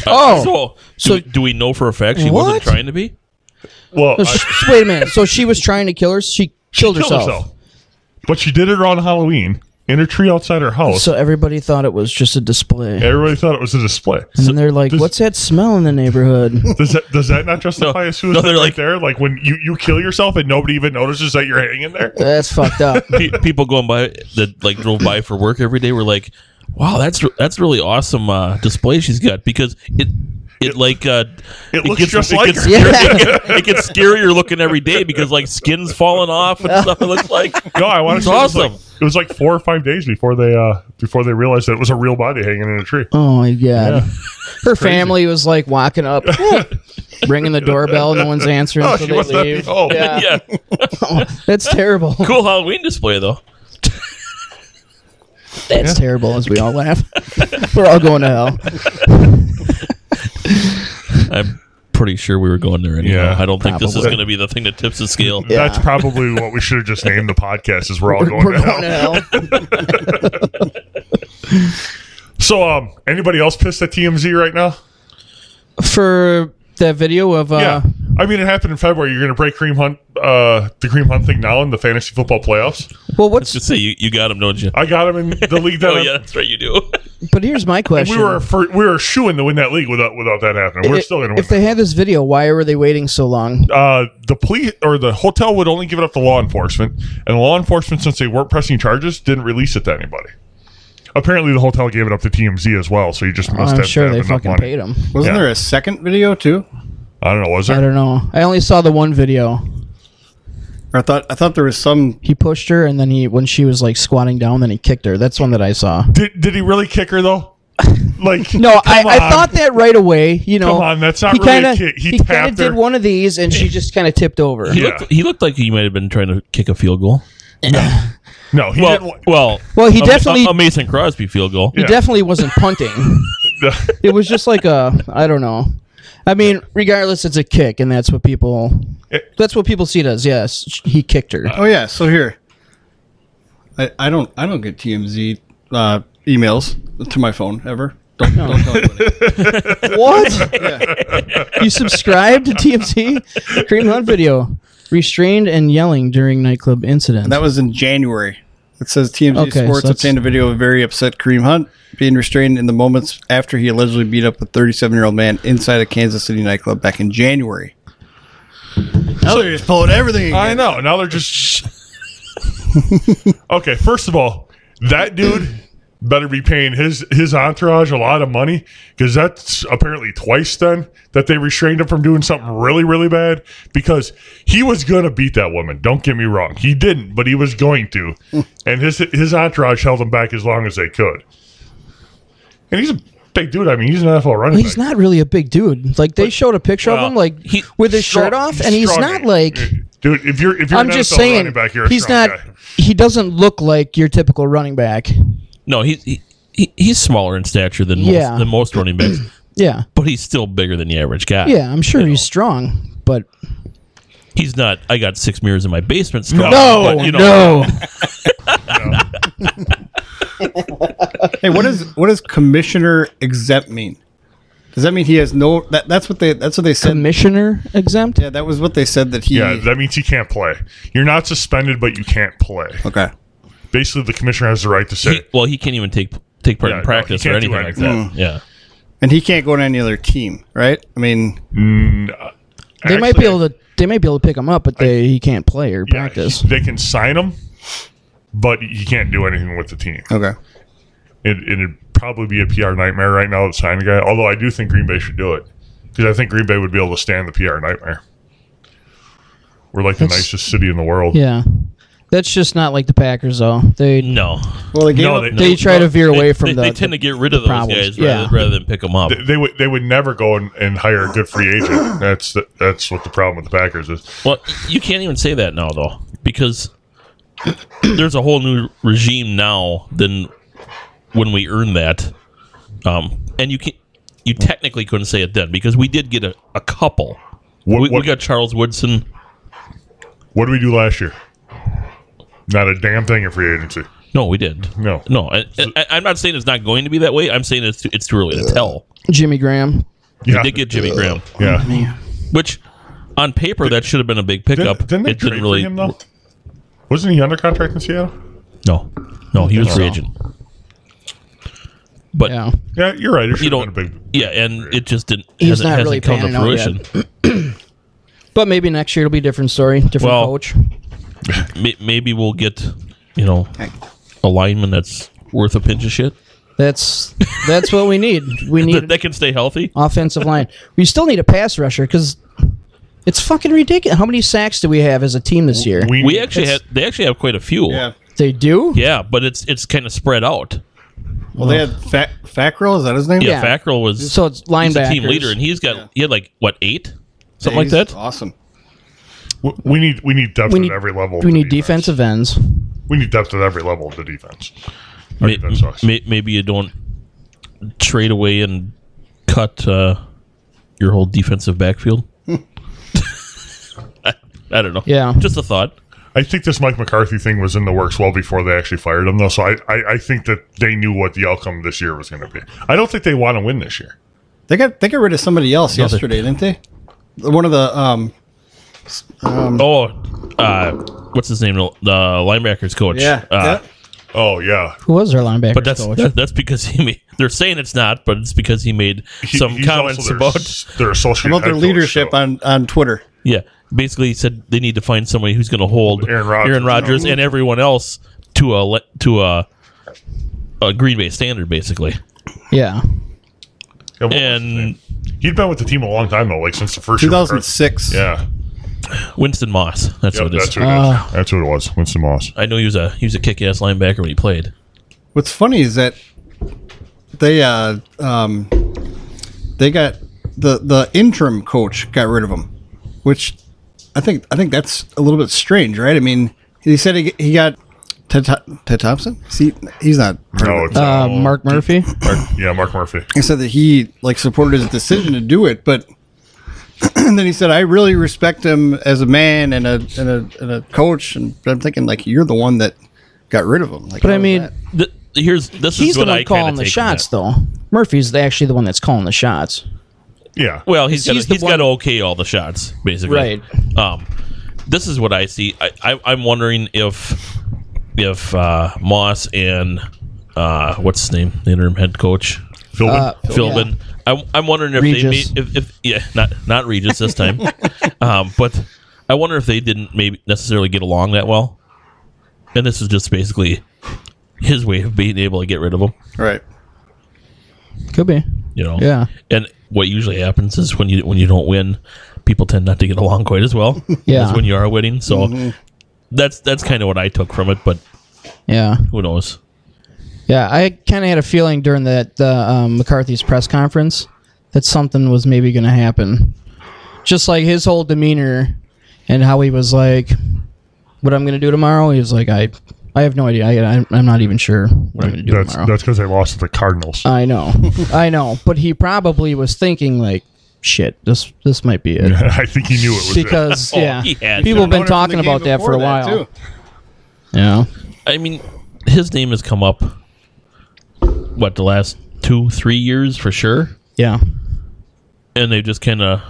[SPEAKER 1] Oh.
[SPEAKER 4] so,
[SPEAKER 1] So-
[SPEAKER 4] do, we, do we know for a fact she
[SPEAKER 1] What?
[SPEAKER 4] wasn't trying to be?
[SPEAKER 3] Well, I-
[SPEAKER 1] Sh- wait a minute so she was trying to kill her she killed, herself.
[SPEAKER 3] but she did it on Halloween in her tree outside her house.
[SPEAKER 1] so everybody thought it was just a display
[SPEAKER 3] Everybody thought it was a display.
[SPEAKER 1] and they're like
[SPEAKER 3] does-
[SPEAKER 1] what's that smell in the neighborhood
[SPEAKER 3] Does that does that not justify a suicide?
[SPEAKER 4] they're
[SPEAKER 3] right
[SPEAKER 4] like-
[SPEAKER 3] there, like when you you kill yourself and nobody even notices that you're hanging there.
[SPEAKER 1] that's fucked up
[SPEAKER 4] Pe- people going by that like drove by for work every day were like, "Wow, that's re- that's really awesome uh, display she's got because it." It like uh,
[SPEAKER 3] it looks just
[SPEAKER 4] it
[SPEAKER 3] like
[SPEAKER 4] gets
[SPEAKER 3] her.
[SPEAKER 4] scarier,
[SPEAKER 1] Yeah.
[SPEAKER 4] it, gets, it gets scarier looking every day because like skin's falling off and stuff. It looks like
[SPEAKER 3] No, I want
[SPEAKER 4] It's
[SPEAKER 3] to.
[SPEAKER 4] awesome.
[SPEAKER 3] Like, It was like four or five days before they uh before they realized that it was a real body hanging in a tree.
[SPEAKER 1] Oh my god. Her family was like walking up, ringing the doorbell. No one's answering.
[SPEAKER 3] Oh,
[SPEAKER 1] so
[SPEAKER 3] she
[SPEAKER 1] they
[SPEAKER 3] must not be
[SPEAKER 1] leave.
[SPEAKER 3] home.
[SPEAKER 1] Yeah.
[SPEAKER 4] yeah.
[SPEAKER 1] that's terrible.
[SPEAKER 4] Cool Halloween display though.
[SPEAKER 1] That's terrible. As we all laugh, we're all going to hell.
[SPEAKER 4] I'm pretty sure we were going there anyhow.
[SPEAKER 3] Yeah,
[SPEAKER 4] I don't think this is
[SPEAKER 1] probably.
[SPEAKER 4] going to be the thing that tips the scale.
[SPEAKER 1] Yeah.
[SPEAKER 3] That's probably what we should have just named the podcast. Is we're all
[SPEAKER 1] We're,
[SPEAKER 3] going
[SPEAKER 1] we're
[SPEAKER 3] to hell.
[SPEAKER 1] going to hell.
[SPEAKER 3] So, um, anybody else pissed at TMZ right now?
[SPEAKER 1] for that video of uh,
[SPEAKER 3] yeah, I mean it happened in February. You're going to break cream hunt, uh, the cream hunt thing now in the fantasy football playoffs.
[SPEAKER 1] well, what's
[SPEAKER 4] Just say you, you got him, don't you?
[SPEAKER 3] I got him in the league that
[SPEAKER 4] Oh
[SPEAKER 3] I'm-
[SPEAKER 4] yeah, that's right. You do.
[SPEAKER 1] but here's my question:
[SPEAKER 3] we were for, we were shooing to win that league without without that happening. We're
[SPEAKER 1] If-
[SPEAKER 3] still going to win.
[SPEAKER 1] If they had this video, why were they waiting so long?
[SPEAKER 3] uh, the police or the hotel would only give it up to law enforcement, and law enforcement, since they weren't pressing charges, didn't release it to anybody. Apparently, the hotel gave it up to TMZ as well, so you just must
[SPEAKER 1] I'm
[SPEAKER 3] have
[SPEAKER 1] sure
[SPEAKER 3] have
[SPEAKER 1] they
[SPEAKER 3] enough
[SPEAKER 1] fucking
[SPEAKER 3] money.
[SPEAKER 1] paid them.
[SPEAKER 5] Wasn't
[SPEAKER 3] Yeah.
[SPEAKER 5] there a second video too?
[SPEAKER 3] I don't know. Was
[SPEAKER 1] I
[SPEAKER 3] there?
[SPEAKER 1] don't know. I only saw the one video.
[SPEAKER 5] Or I thought I thought there was some.
[SPEAKER 1] He pushed her, and then he when she was like squatting down, then he kicked her. That's one that I saw.
[SPEAKER 3] Did Did he really kick her though? Like
[SPEAKER 1] No, I,
[SPEAKER 3] come
[SPEAKER 1] I
[SPEAKER 3] on.
[SPEAKER 1] thought that right away. You know,
[SPEAKER 3] Come on, that's not really a kick. He
[SPEAKER 1] he kind
[SPEAKER 3] tapped
[SPEAKER 1] of did
[SPEAKER 3] her.
[SPEAKER 1] one of these, and she just kind of tipped over.
[SPEAKER 4] He,
[SPEAKER 3] Yeah.
[SPEAKER 4] looked, he looked like he might have been trying to kick a field goal.
[SPEAKER 3] No, he
[SPEAKER 4] Well,
[SPEAKER 3] didn't.
[SPEAKER 4] well,
[SPEAKER 1] Well, he
[SPEAKER 4] a-
[SPEAKER 1] definitely-
[SPEAKER 4] a, a Mason Crosby field goal.
[SPEAKER 1] He
[SPEAKER 3] Yeah.
[SPEAKER 1] definitely wasn't punting. it was just like a I don't know. I mean, regardless, it's a kick, and that's what people.
[SPEAKER 3] It-
[SPEAKER 1] That's what people see it as. Yes, he kicked her.
[SPEAKER 5] Oh yeah. So here, I, I don't I don't get TMZ uh, emails to my phone ever. Don't, don't tell anybody.
[SPEAKER 1] What? You subscribe to TMZ? Cream Hunt video. Restrained and yelling during nightclub incident.
[SPEAKER 5] That was in January. It says TMZ
[SPEAKER 1] Okay, so
[SPEAKER 5] Sports
[SPEAKER 1] that's-
[SPEAKER 5] obtained a video of very upset Kareem Hunt being restrained in the moments after he allegedly beat up a 37 year old man inside a Kansas City nightclub back in January. Now they're just pulling everything.
[SPEAKER 3] I know. Now they're just. okay, first of all, that dude better be paying his his entourage a lot of money because that's apparently twice then that they restrained him from doing something really really bad because he was gonna beat that woman don't get me wrong he didn't but he was going to and his his entourage held him back as long as they could and he's a big dude i mean he's an nfl running
[SPEAKER 1] he's
[SPEAKER 3] back
[SPEAKER 1] not really a big dude. Like they showed a picture
[SPEAKER 4] well,
[SPEAKER 1] of him, like
[SPEAKER 4] he-
[SPEAKER 1] with his
[SPEAKER 4] strong-
[SPEAKER 1] shirt off, and he's
[SPEAKER 3] Strong
[SPEAKER 1] not
[SPEAKER 3] guy.
[SPEAKER 1] like.
[SPEAKER 3] dude if you're if you're
[SPEAKER 1] I'm
[SPEAKER 3] an
[SPEAKER 1] just
[SPEAKER 3] NFL
[SPEAKER 1] saying,
[SPEAKER 3] running back, you're a
[SPEAKER 1] he's
[SPEAKER 3] strong
[SPEAKER 1] not.
[SPEAKER 3] guy.
[SPEAKER 1] He doesn't look like your typical running back.
[SPEAKER 4] No, he, he- he he's smaller in stature than most,
[SPEAKER 1] Yeah.
[SPEAKER 4] than most running backs,
[SPEAKER 1] Yeah,
[SPEAKER 4] but he's still bigger than the average guy.
[SPEAKER 1] yeah, I'm sure
[SPEAKER 4] You know,
[SPEAKER 1] he's strong, but
[SPEAKER 4] he's not. I got six mirrors in my basement. Strong,
[SPEAKER 1] no,
[SPEAKER 4] but, you know,
[SPEAKER 1] no.
[SPEAKER 5] Hey, what is what does commissioner exempt mean? Does that mean he has no? That, that's what they. That's what they said.
[SPEAKER 1] Commissioner exempt.
[SPEAKER 5] yeah, that was what they said that he.
[SPEAKER 3] Yeah, that means he can't play. You're not suspended, but you can't play.
[SPEAKER 5] okay.
[SPEAKER 3] Basically, the commissioner has the right to
[SPEAKER 4] He,
[SPEAKER 3] say,
[SPEAKER 4] well, he can't even take take part
[SPEAKER 3] Yeah, no,
[SPEAKER 4] in practice
[SPEAKER 3] he
[SPEAKER 4] or
[SPEAKER 3] can't do
[SPEAKER 4] anything like that.
[SPEAKER 3] anything.
[SPEAKER 4] Yeah.
[SPEAKER 5] And he can't go to any other team, right? I mean,
[SPEAKER 1] They might be able to. They might be able to pick him up, but they he can't play or
[SPEAKER 3] yeah,
[SPEAKER 1] practice.
[SPEAKER 3] he- they can sign him, but he can't do anything with the team.
[SPEAKER 5] okay.
[SPEAKER 3] It, it'd probably be a PR nightmare right now to sign a guy. Although I do think Green Bay should do it because I think Green Bay would be able to stand the PR nightmare. We're like the
[SPEAKER 1] That's-
[SPEAKER 3] nicest city in the world.
[SPEAKER 1] Yeah, that's just not like the Packers, though. They
[SPEAKER 4] No.
[SPEAKER 5] Well, they gave
[SPEAKER 4] No,
[SPEAKER 5] up-
[SPEAKER 4] they,
[SPEAKER 1] They
[SPEAKER 4] no,
[SPEAKER 1] try
[SPEAKER 4] no,
[SPEAKER 1] to veer
[SPEAKER 4] they-
[SPEAKER 1] away from
[SPEAKER 4] they,
[SPEAKER 1] the-
[SPEAKER 4] They tend to get rid of those
[SPEAKER 1] problems.
[SPEAKER 4] guys
[SPEAKER 1] Yeah.
[SPEAKER 4] rather, rather than pick them up.
[SPEAKER 3] They, they would they would never go and, and hire a good free agent. That's the, that's what the problem with the Packers is.
[SPEAKER 4] Well, you can't even say that now, though, because there's a whole new regime now than when we earned that. Um, and you can you technically couldn't say it then because we did get a, a couple.
[SPEAKER 3] What,
[SPEAKER 4] we,
[SPEAKER 3] what,
[SPEAKER 4] we got Charles Woodson.
[SPEAKER 3] what did we do last year? Not a damn thing in free agency.
[SPEAKER 4] No, we didn't.
[SPEAKER 3] No.
[SPEAKER 4] no. I, I, I'm not saying it's not going to be that way. I'm saying it's too, it's too early to tell.
[SPEAKER 1] Jimmy Graham.
[SPEAKER 3] Yeah.
[SPEAKER 4] They get Jimmy Graham,
[SPEAKER 3] Yeah.
[SPEAKER 4] which on paper that should have been a big pickup.
[SPEAKER 3] Didn't, didn't they
[SPEAKER 4] it
[SPEAKER 3] trade
[SPEAKER 4] didn't really.
[SPEAKER 3] for him though? Wasn't he under contract in Seattle?
[SPEAKER 4] No, no, he was free
[SPEAKER 1] so.
[SPEAKER 4] agent. But
[SPEAKER 1] Yeah,
[SPEAKER 3] Yeah, you're right. It
[SPEAKER 4] you
[SPEAKER 3] should have
[SPEAKER 4] don't.
[SPEAKER 3] been a big.
[SPEAKER 4] yeah, and it just didn't.
[SPEAKER 1] He's
[SPEAKER 4] hasn't,
[SPEAKER 1] not
[SPEAKER 4] hasn't
[SPEAKER 1] really
[SPEAKER 4] come to
[SPEAKER 1] panning out
[SPEAKER 4] fruition.
[SPEAKER 1] but maybe next year it'll be a different story, different
[SPEAKER 4] Well-
[SPEAKER 1] coach.
[SPEAKER 4] May- Maybe we'll get, you know, a lineman that's worth a pinch of shit
[SPEAKER 1] That's that's what we need. We
[SPEAKER 4] that,
[SPEAKER 1] need
[SPEAKER 4] that can stay healthy.
[SPEAKER 1] offensive line. We still need a pass rusher because it's fucking ridiculous. How many sacks do we have as a team this year?
[SPEAKER 4] We actually had.
[SPEAKER 1] It's-
[SPEAKER 4] They actually have quite a few.
[SPEAKER 5] Yeah.
[SPEAKER 1] They do?
[SPEAKER 4] Yeah, but it's it's kind of spread out.
[SPEAKER 5] Well, they had Fa- Fackrell. Is that his name?
[SPEAKER 4] Yeah,
[SPEAKER 1] Yeah.
[SPEAKER 4] Fackrell was
[SPEAKER 1] So it's
[SPEAKER 4] he's a
[SPEAKER 1] linebackers.
[SPEAKER 4] team leader, and he's got he had like what eight, something like
[SPEAKER 5] He's
[SPEAKER 4] that.
[SPEAKER 5] Awesome.
[SPEAKER 3] W- We need we need depth
[SPEAKER 1] we need
[SPEAKER 3] at every level. of
[SPEAKER 1] We
[SPEAKER 3] the
[SPEAKER 1] need defensive ends.
[SPEAKER 3] We need depth at every level of the defense.
[SPEAKER 4] May-
[SPEAKER 3] defense sucks.
[SPEAKER 4] may- maybe you don't trade away and cut uh, your whole defensive backfield. I, I don't know.
[SPEAKER 1] Yeah.
[SPEAKER 4] just a thought.
[SPEAKER 3] I think this Mike McCarthy thing was in the works well before they actually fired him, though. So I, I, I think that they knew what the outcome this year was going to be. I don't think they want to win this year.
[SPEAKER 5] They got they got rid of somebody else
[SPEAKER 4] Another-
[SPEAKER 5] yesterday, didn't they? One of the um
[SPEAKER 4] Oh, uh, what's his name? The linebackers coach. Uh,
[SPEAKER 5] that-
[SPEAKER 3] Oh yeah,
[SPEAKER 1] Who was their linebacker
[SPEAKER 4] But that's
[SPEAKER 1] coach?
[SPEAKER 4] that- that's because he made. They're saying it's not, but it's because he made
[SPEAKER 3] He-
[SPEAKER 4] some
[SPEAKER 3] he's
[SPEAKER 4] comments
[SPEAKER 3] also their,
[SPEAKER 4] about.
[SPEAKER 3] s- their associate
[SPEAKER 5] about
[SPEAKER 3] head
[SPEAKER 5] their
[SPEAKER 3] coach,
[SPEAKER 5] leadership
[SPEAKER 3] so-
[SPEAKER 5] on on Twitter.
[SPEAKER 4] Yeah, basically he said they need to find somebody who's going to hold
[SPEAKER 3] Aaron Rodgers.
[SPEAKER 4] Rodgers and everyone else to a le- to a, a Green Bay standard, basically.
[SPEAKER 1] yeah.
[SPEAKER 3] Yeah, what was his name?
[SPEAKER 4] And
[SPEAKER 3] he'd been with the team a long time though, like since the first year. McCarthy-
[SPEAKER 5] 2006.
[SPEAKER 3] Yeah,
[SPEAKER 4] Winston Moss, that's
[SPEAKER 3] Yep,
[SPEAKER 4] what it is.
[SPEAKER 3] that's what it is.
[SPEAKER 1] uh,
[SPEAKER 3] That's what it was. Winston Moss.
[SPEAKER 4] I know he was a he was a kick ass linebacker when he played.
[SPEAKER 5] What's funny is that they uh um they got the the interim coach got rid of him, which I think I think that's a little bit strange, right? I mean, he said he, he got Ted, Tho- Ted Thompson. See, he's not. part of
[SPEAKER 3] No,
[SPEAKER 5] it.
[SPEAKER 3] it's,
[SPEAKER 1] Uh,
[SPEAKER 4] Oh,
[SPEAKER 3] uh,
[SPEAKER 1] Mark Murphy.
[SPEAKER 3] Mark- yeah, Mark Murphy.
[SPEAKER 5] he said that he like supported his decision to do it, but and then he said, "I really respect him as a man and a and a, and a coach." And but I'm thinking, like, you're the one that got rid of him. Like,
[SPEAKER 1] But
[SPEAKER 5] how
[SPEAKER 1] I
[SPEAKER 5] is
[SPEAKER 1] mean,
[SPEAKER 5] that?
[SPEAKER 4] Th- here's this
[SPEAKER 1] he's
[SPEAKER 4] is
[SPEAKER 1] the
[SPEAKER 4] what
[SPEAKER 1] one
[SPEAKER 4] I
[SPEAKER 1] calling
[SPEAKER 4] kind
[SPEAKER 1] the
[SPEAKER 4] of
[SPEAKER 1] shots, though. Murphy's actually the one that's calling the shots.
[SPEAKER 3] Yeah.
[SPEAKER 4] Well, he's got
[SPEAKER 1] He's
[SPEAKER 4] he's
[SPEAKER 1] the
[SPEAKER 4] got to
[SPEAKER 1] one-
[SPEAKER 4] okay all the shots basically.
[SPEAKER 1] Right.
[SPEAKER 4] Um, this is what I see. I, I I'm wondering if if uh, Moss and uh, what's his name, the interim head coach
[SPEAKER 3] Philbin.
[SPEAKER 1] uh,
[SPEAKER 4] Philbin. I'm, I'm wondering if
[SPEAKER 1] Regis.
[SPEAKER 4] they made, if, if yeah not not Regis this time, um, but I wonder if they didn't maybe necessarily get along that well, and this is just basically his way of being able to get rid of him.
[SPEAKER 5] right?
[SPEAKER 1] Could be.
[SPEAKER 4] You know,
[SPEAKER 1] Yeah.
[SPEAKER 4] And what usually happens is when you when you don't win, people tend not to get along quite as well.
[SPEAKER 1] Yeah. Mm-hmm.
[SPEAKER 4] as when you are winning. So that's that's kind of what I took from it. But
[SPEAKER 1] Yeah.
[SPEAKER 4] who knows?
[SPEAKER 1] Yeah. I kind of had a feeling during that the um, McCarthy's press conference that something was maybe going to happen. Just like his whole demeanor and how he was like, "What I'm going to do tomorrow?" He was like, "I, I have no idea. I, I- I'm not even sure what I'm going to do
[SPEAKER 3] That's
[SPEAKER 1] tomorrow." Uh,
[SPEAKER 3] that's because they lost to the Cardinals.
[SPEAKER 1] I know, I know, but he probably was thinking like, "Shit, this this might be it."
[SPEAKER 3] I think he knew it was it.
[SPEAKER 1] because
[SPEAKER 4] Oh,
[SPEAKER 1] yeah,
[SPEAKER 4] he had
[SPEAKER 1] people have
[SPEAKER 4] to.
[SPEAKER 1] been talking about that for a while. Yeah,
[SPEAKER 4] I mean, his name has come up. What the last two three years for sure.
[SPEAKER 1] yeah,
[SPEAKER 4] and they just kind of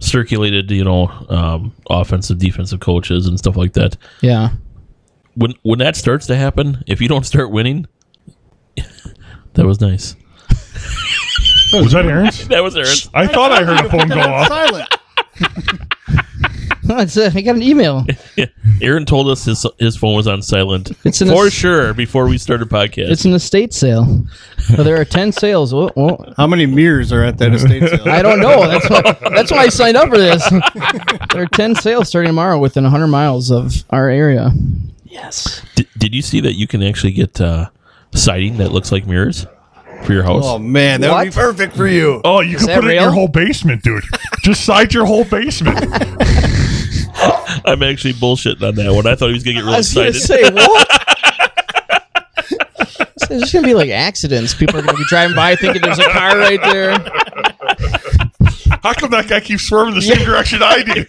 [SPEAKER 4] circulated, you know, um, offensive, defensive coaches and stuff like that.
[SPEAKER 1] yeah.
[SPEAKER 4] When when that starts to happen, if you don't start winning, that was nice.
[SPEAKER 3] was that Aaron's?
[SPEAKER 4] That was Aaron's.
[SPEAKER 3] I thought I heard a phone go off.
[SPEAKER 5] Silent.
[SPEAKER 1] That's it. I got an email.
[SPEAKER 4] Yeah. Aaron told us his his phone was on silent
[SPEAKER 1] It's in
[SPEAKER 4] for
[SPEAKER 1] his-
[SPEAKER 4] sure before we started podcast.
[SPEAKER 1] It's an estate sale. Oh, there are ten sales. Whoa, whoa.
[SPEAKER 5] How many mirrors are at that estate sale?
[SPEAKER 1] I don't know. That's why. That's why I signed up for this. there are ten sales starting tomorrow within hundred miles of our area. Yes.
[SPEAKER 4] Did- did you see that you can actually get uh, siding that looks like mirrors for your house?
[SPEAKER 5] Oh man, that would be
[SPEAKER 1] What?
[SPEAKER 5] perfect for you.
[SPEAKER 3] Oh, you can
[SPEAKER 1] that
[SPEAKER 3] put it in
[SPEAKER 1] real?
[SPEAKER 3] your whole basement, dude. Just side your whole basement.
[SPEAKER 4] I'm actually bullshitting on that one. I thought he was gonna get real
[SPEAKER 1] I was gonna
[SPEAKER 4] excited.
[SPEAKER 1] say what? So There's gonna be like accidents. People are gonna be driving by thinking there's a car right there.
[SPEAKER 3] How come that guy keeps swerving the same direction I do?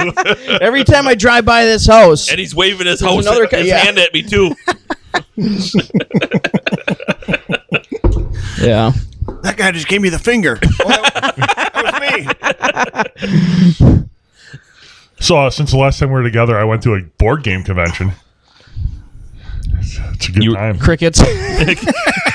[SPEAKER 1] Every time I drive by this house,
[SPEAKER 4] and he's waving his house
[SPEAKER 1] another guy-
[SPEAKER 4] his
[SPEAKER 1] yeah.
[SPEAKER 4] hand at me too.
[SPEAKER 1] yeah,
[SPEAKER 5] That guy just gave me the finger. Oh, that, that was me.
[SPEAKER 3] so, uh, since the last time we were together, I went to a board game convention. It's it's a good
[SPEAKER 4] You-
[SPEAKER 3] time.
[SPEAKER 1] crickets.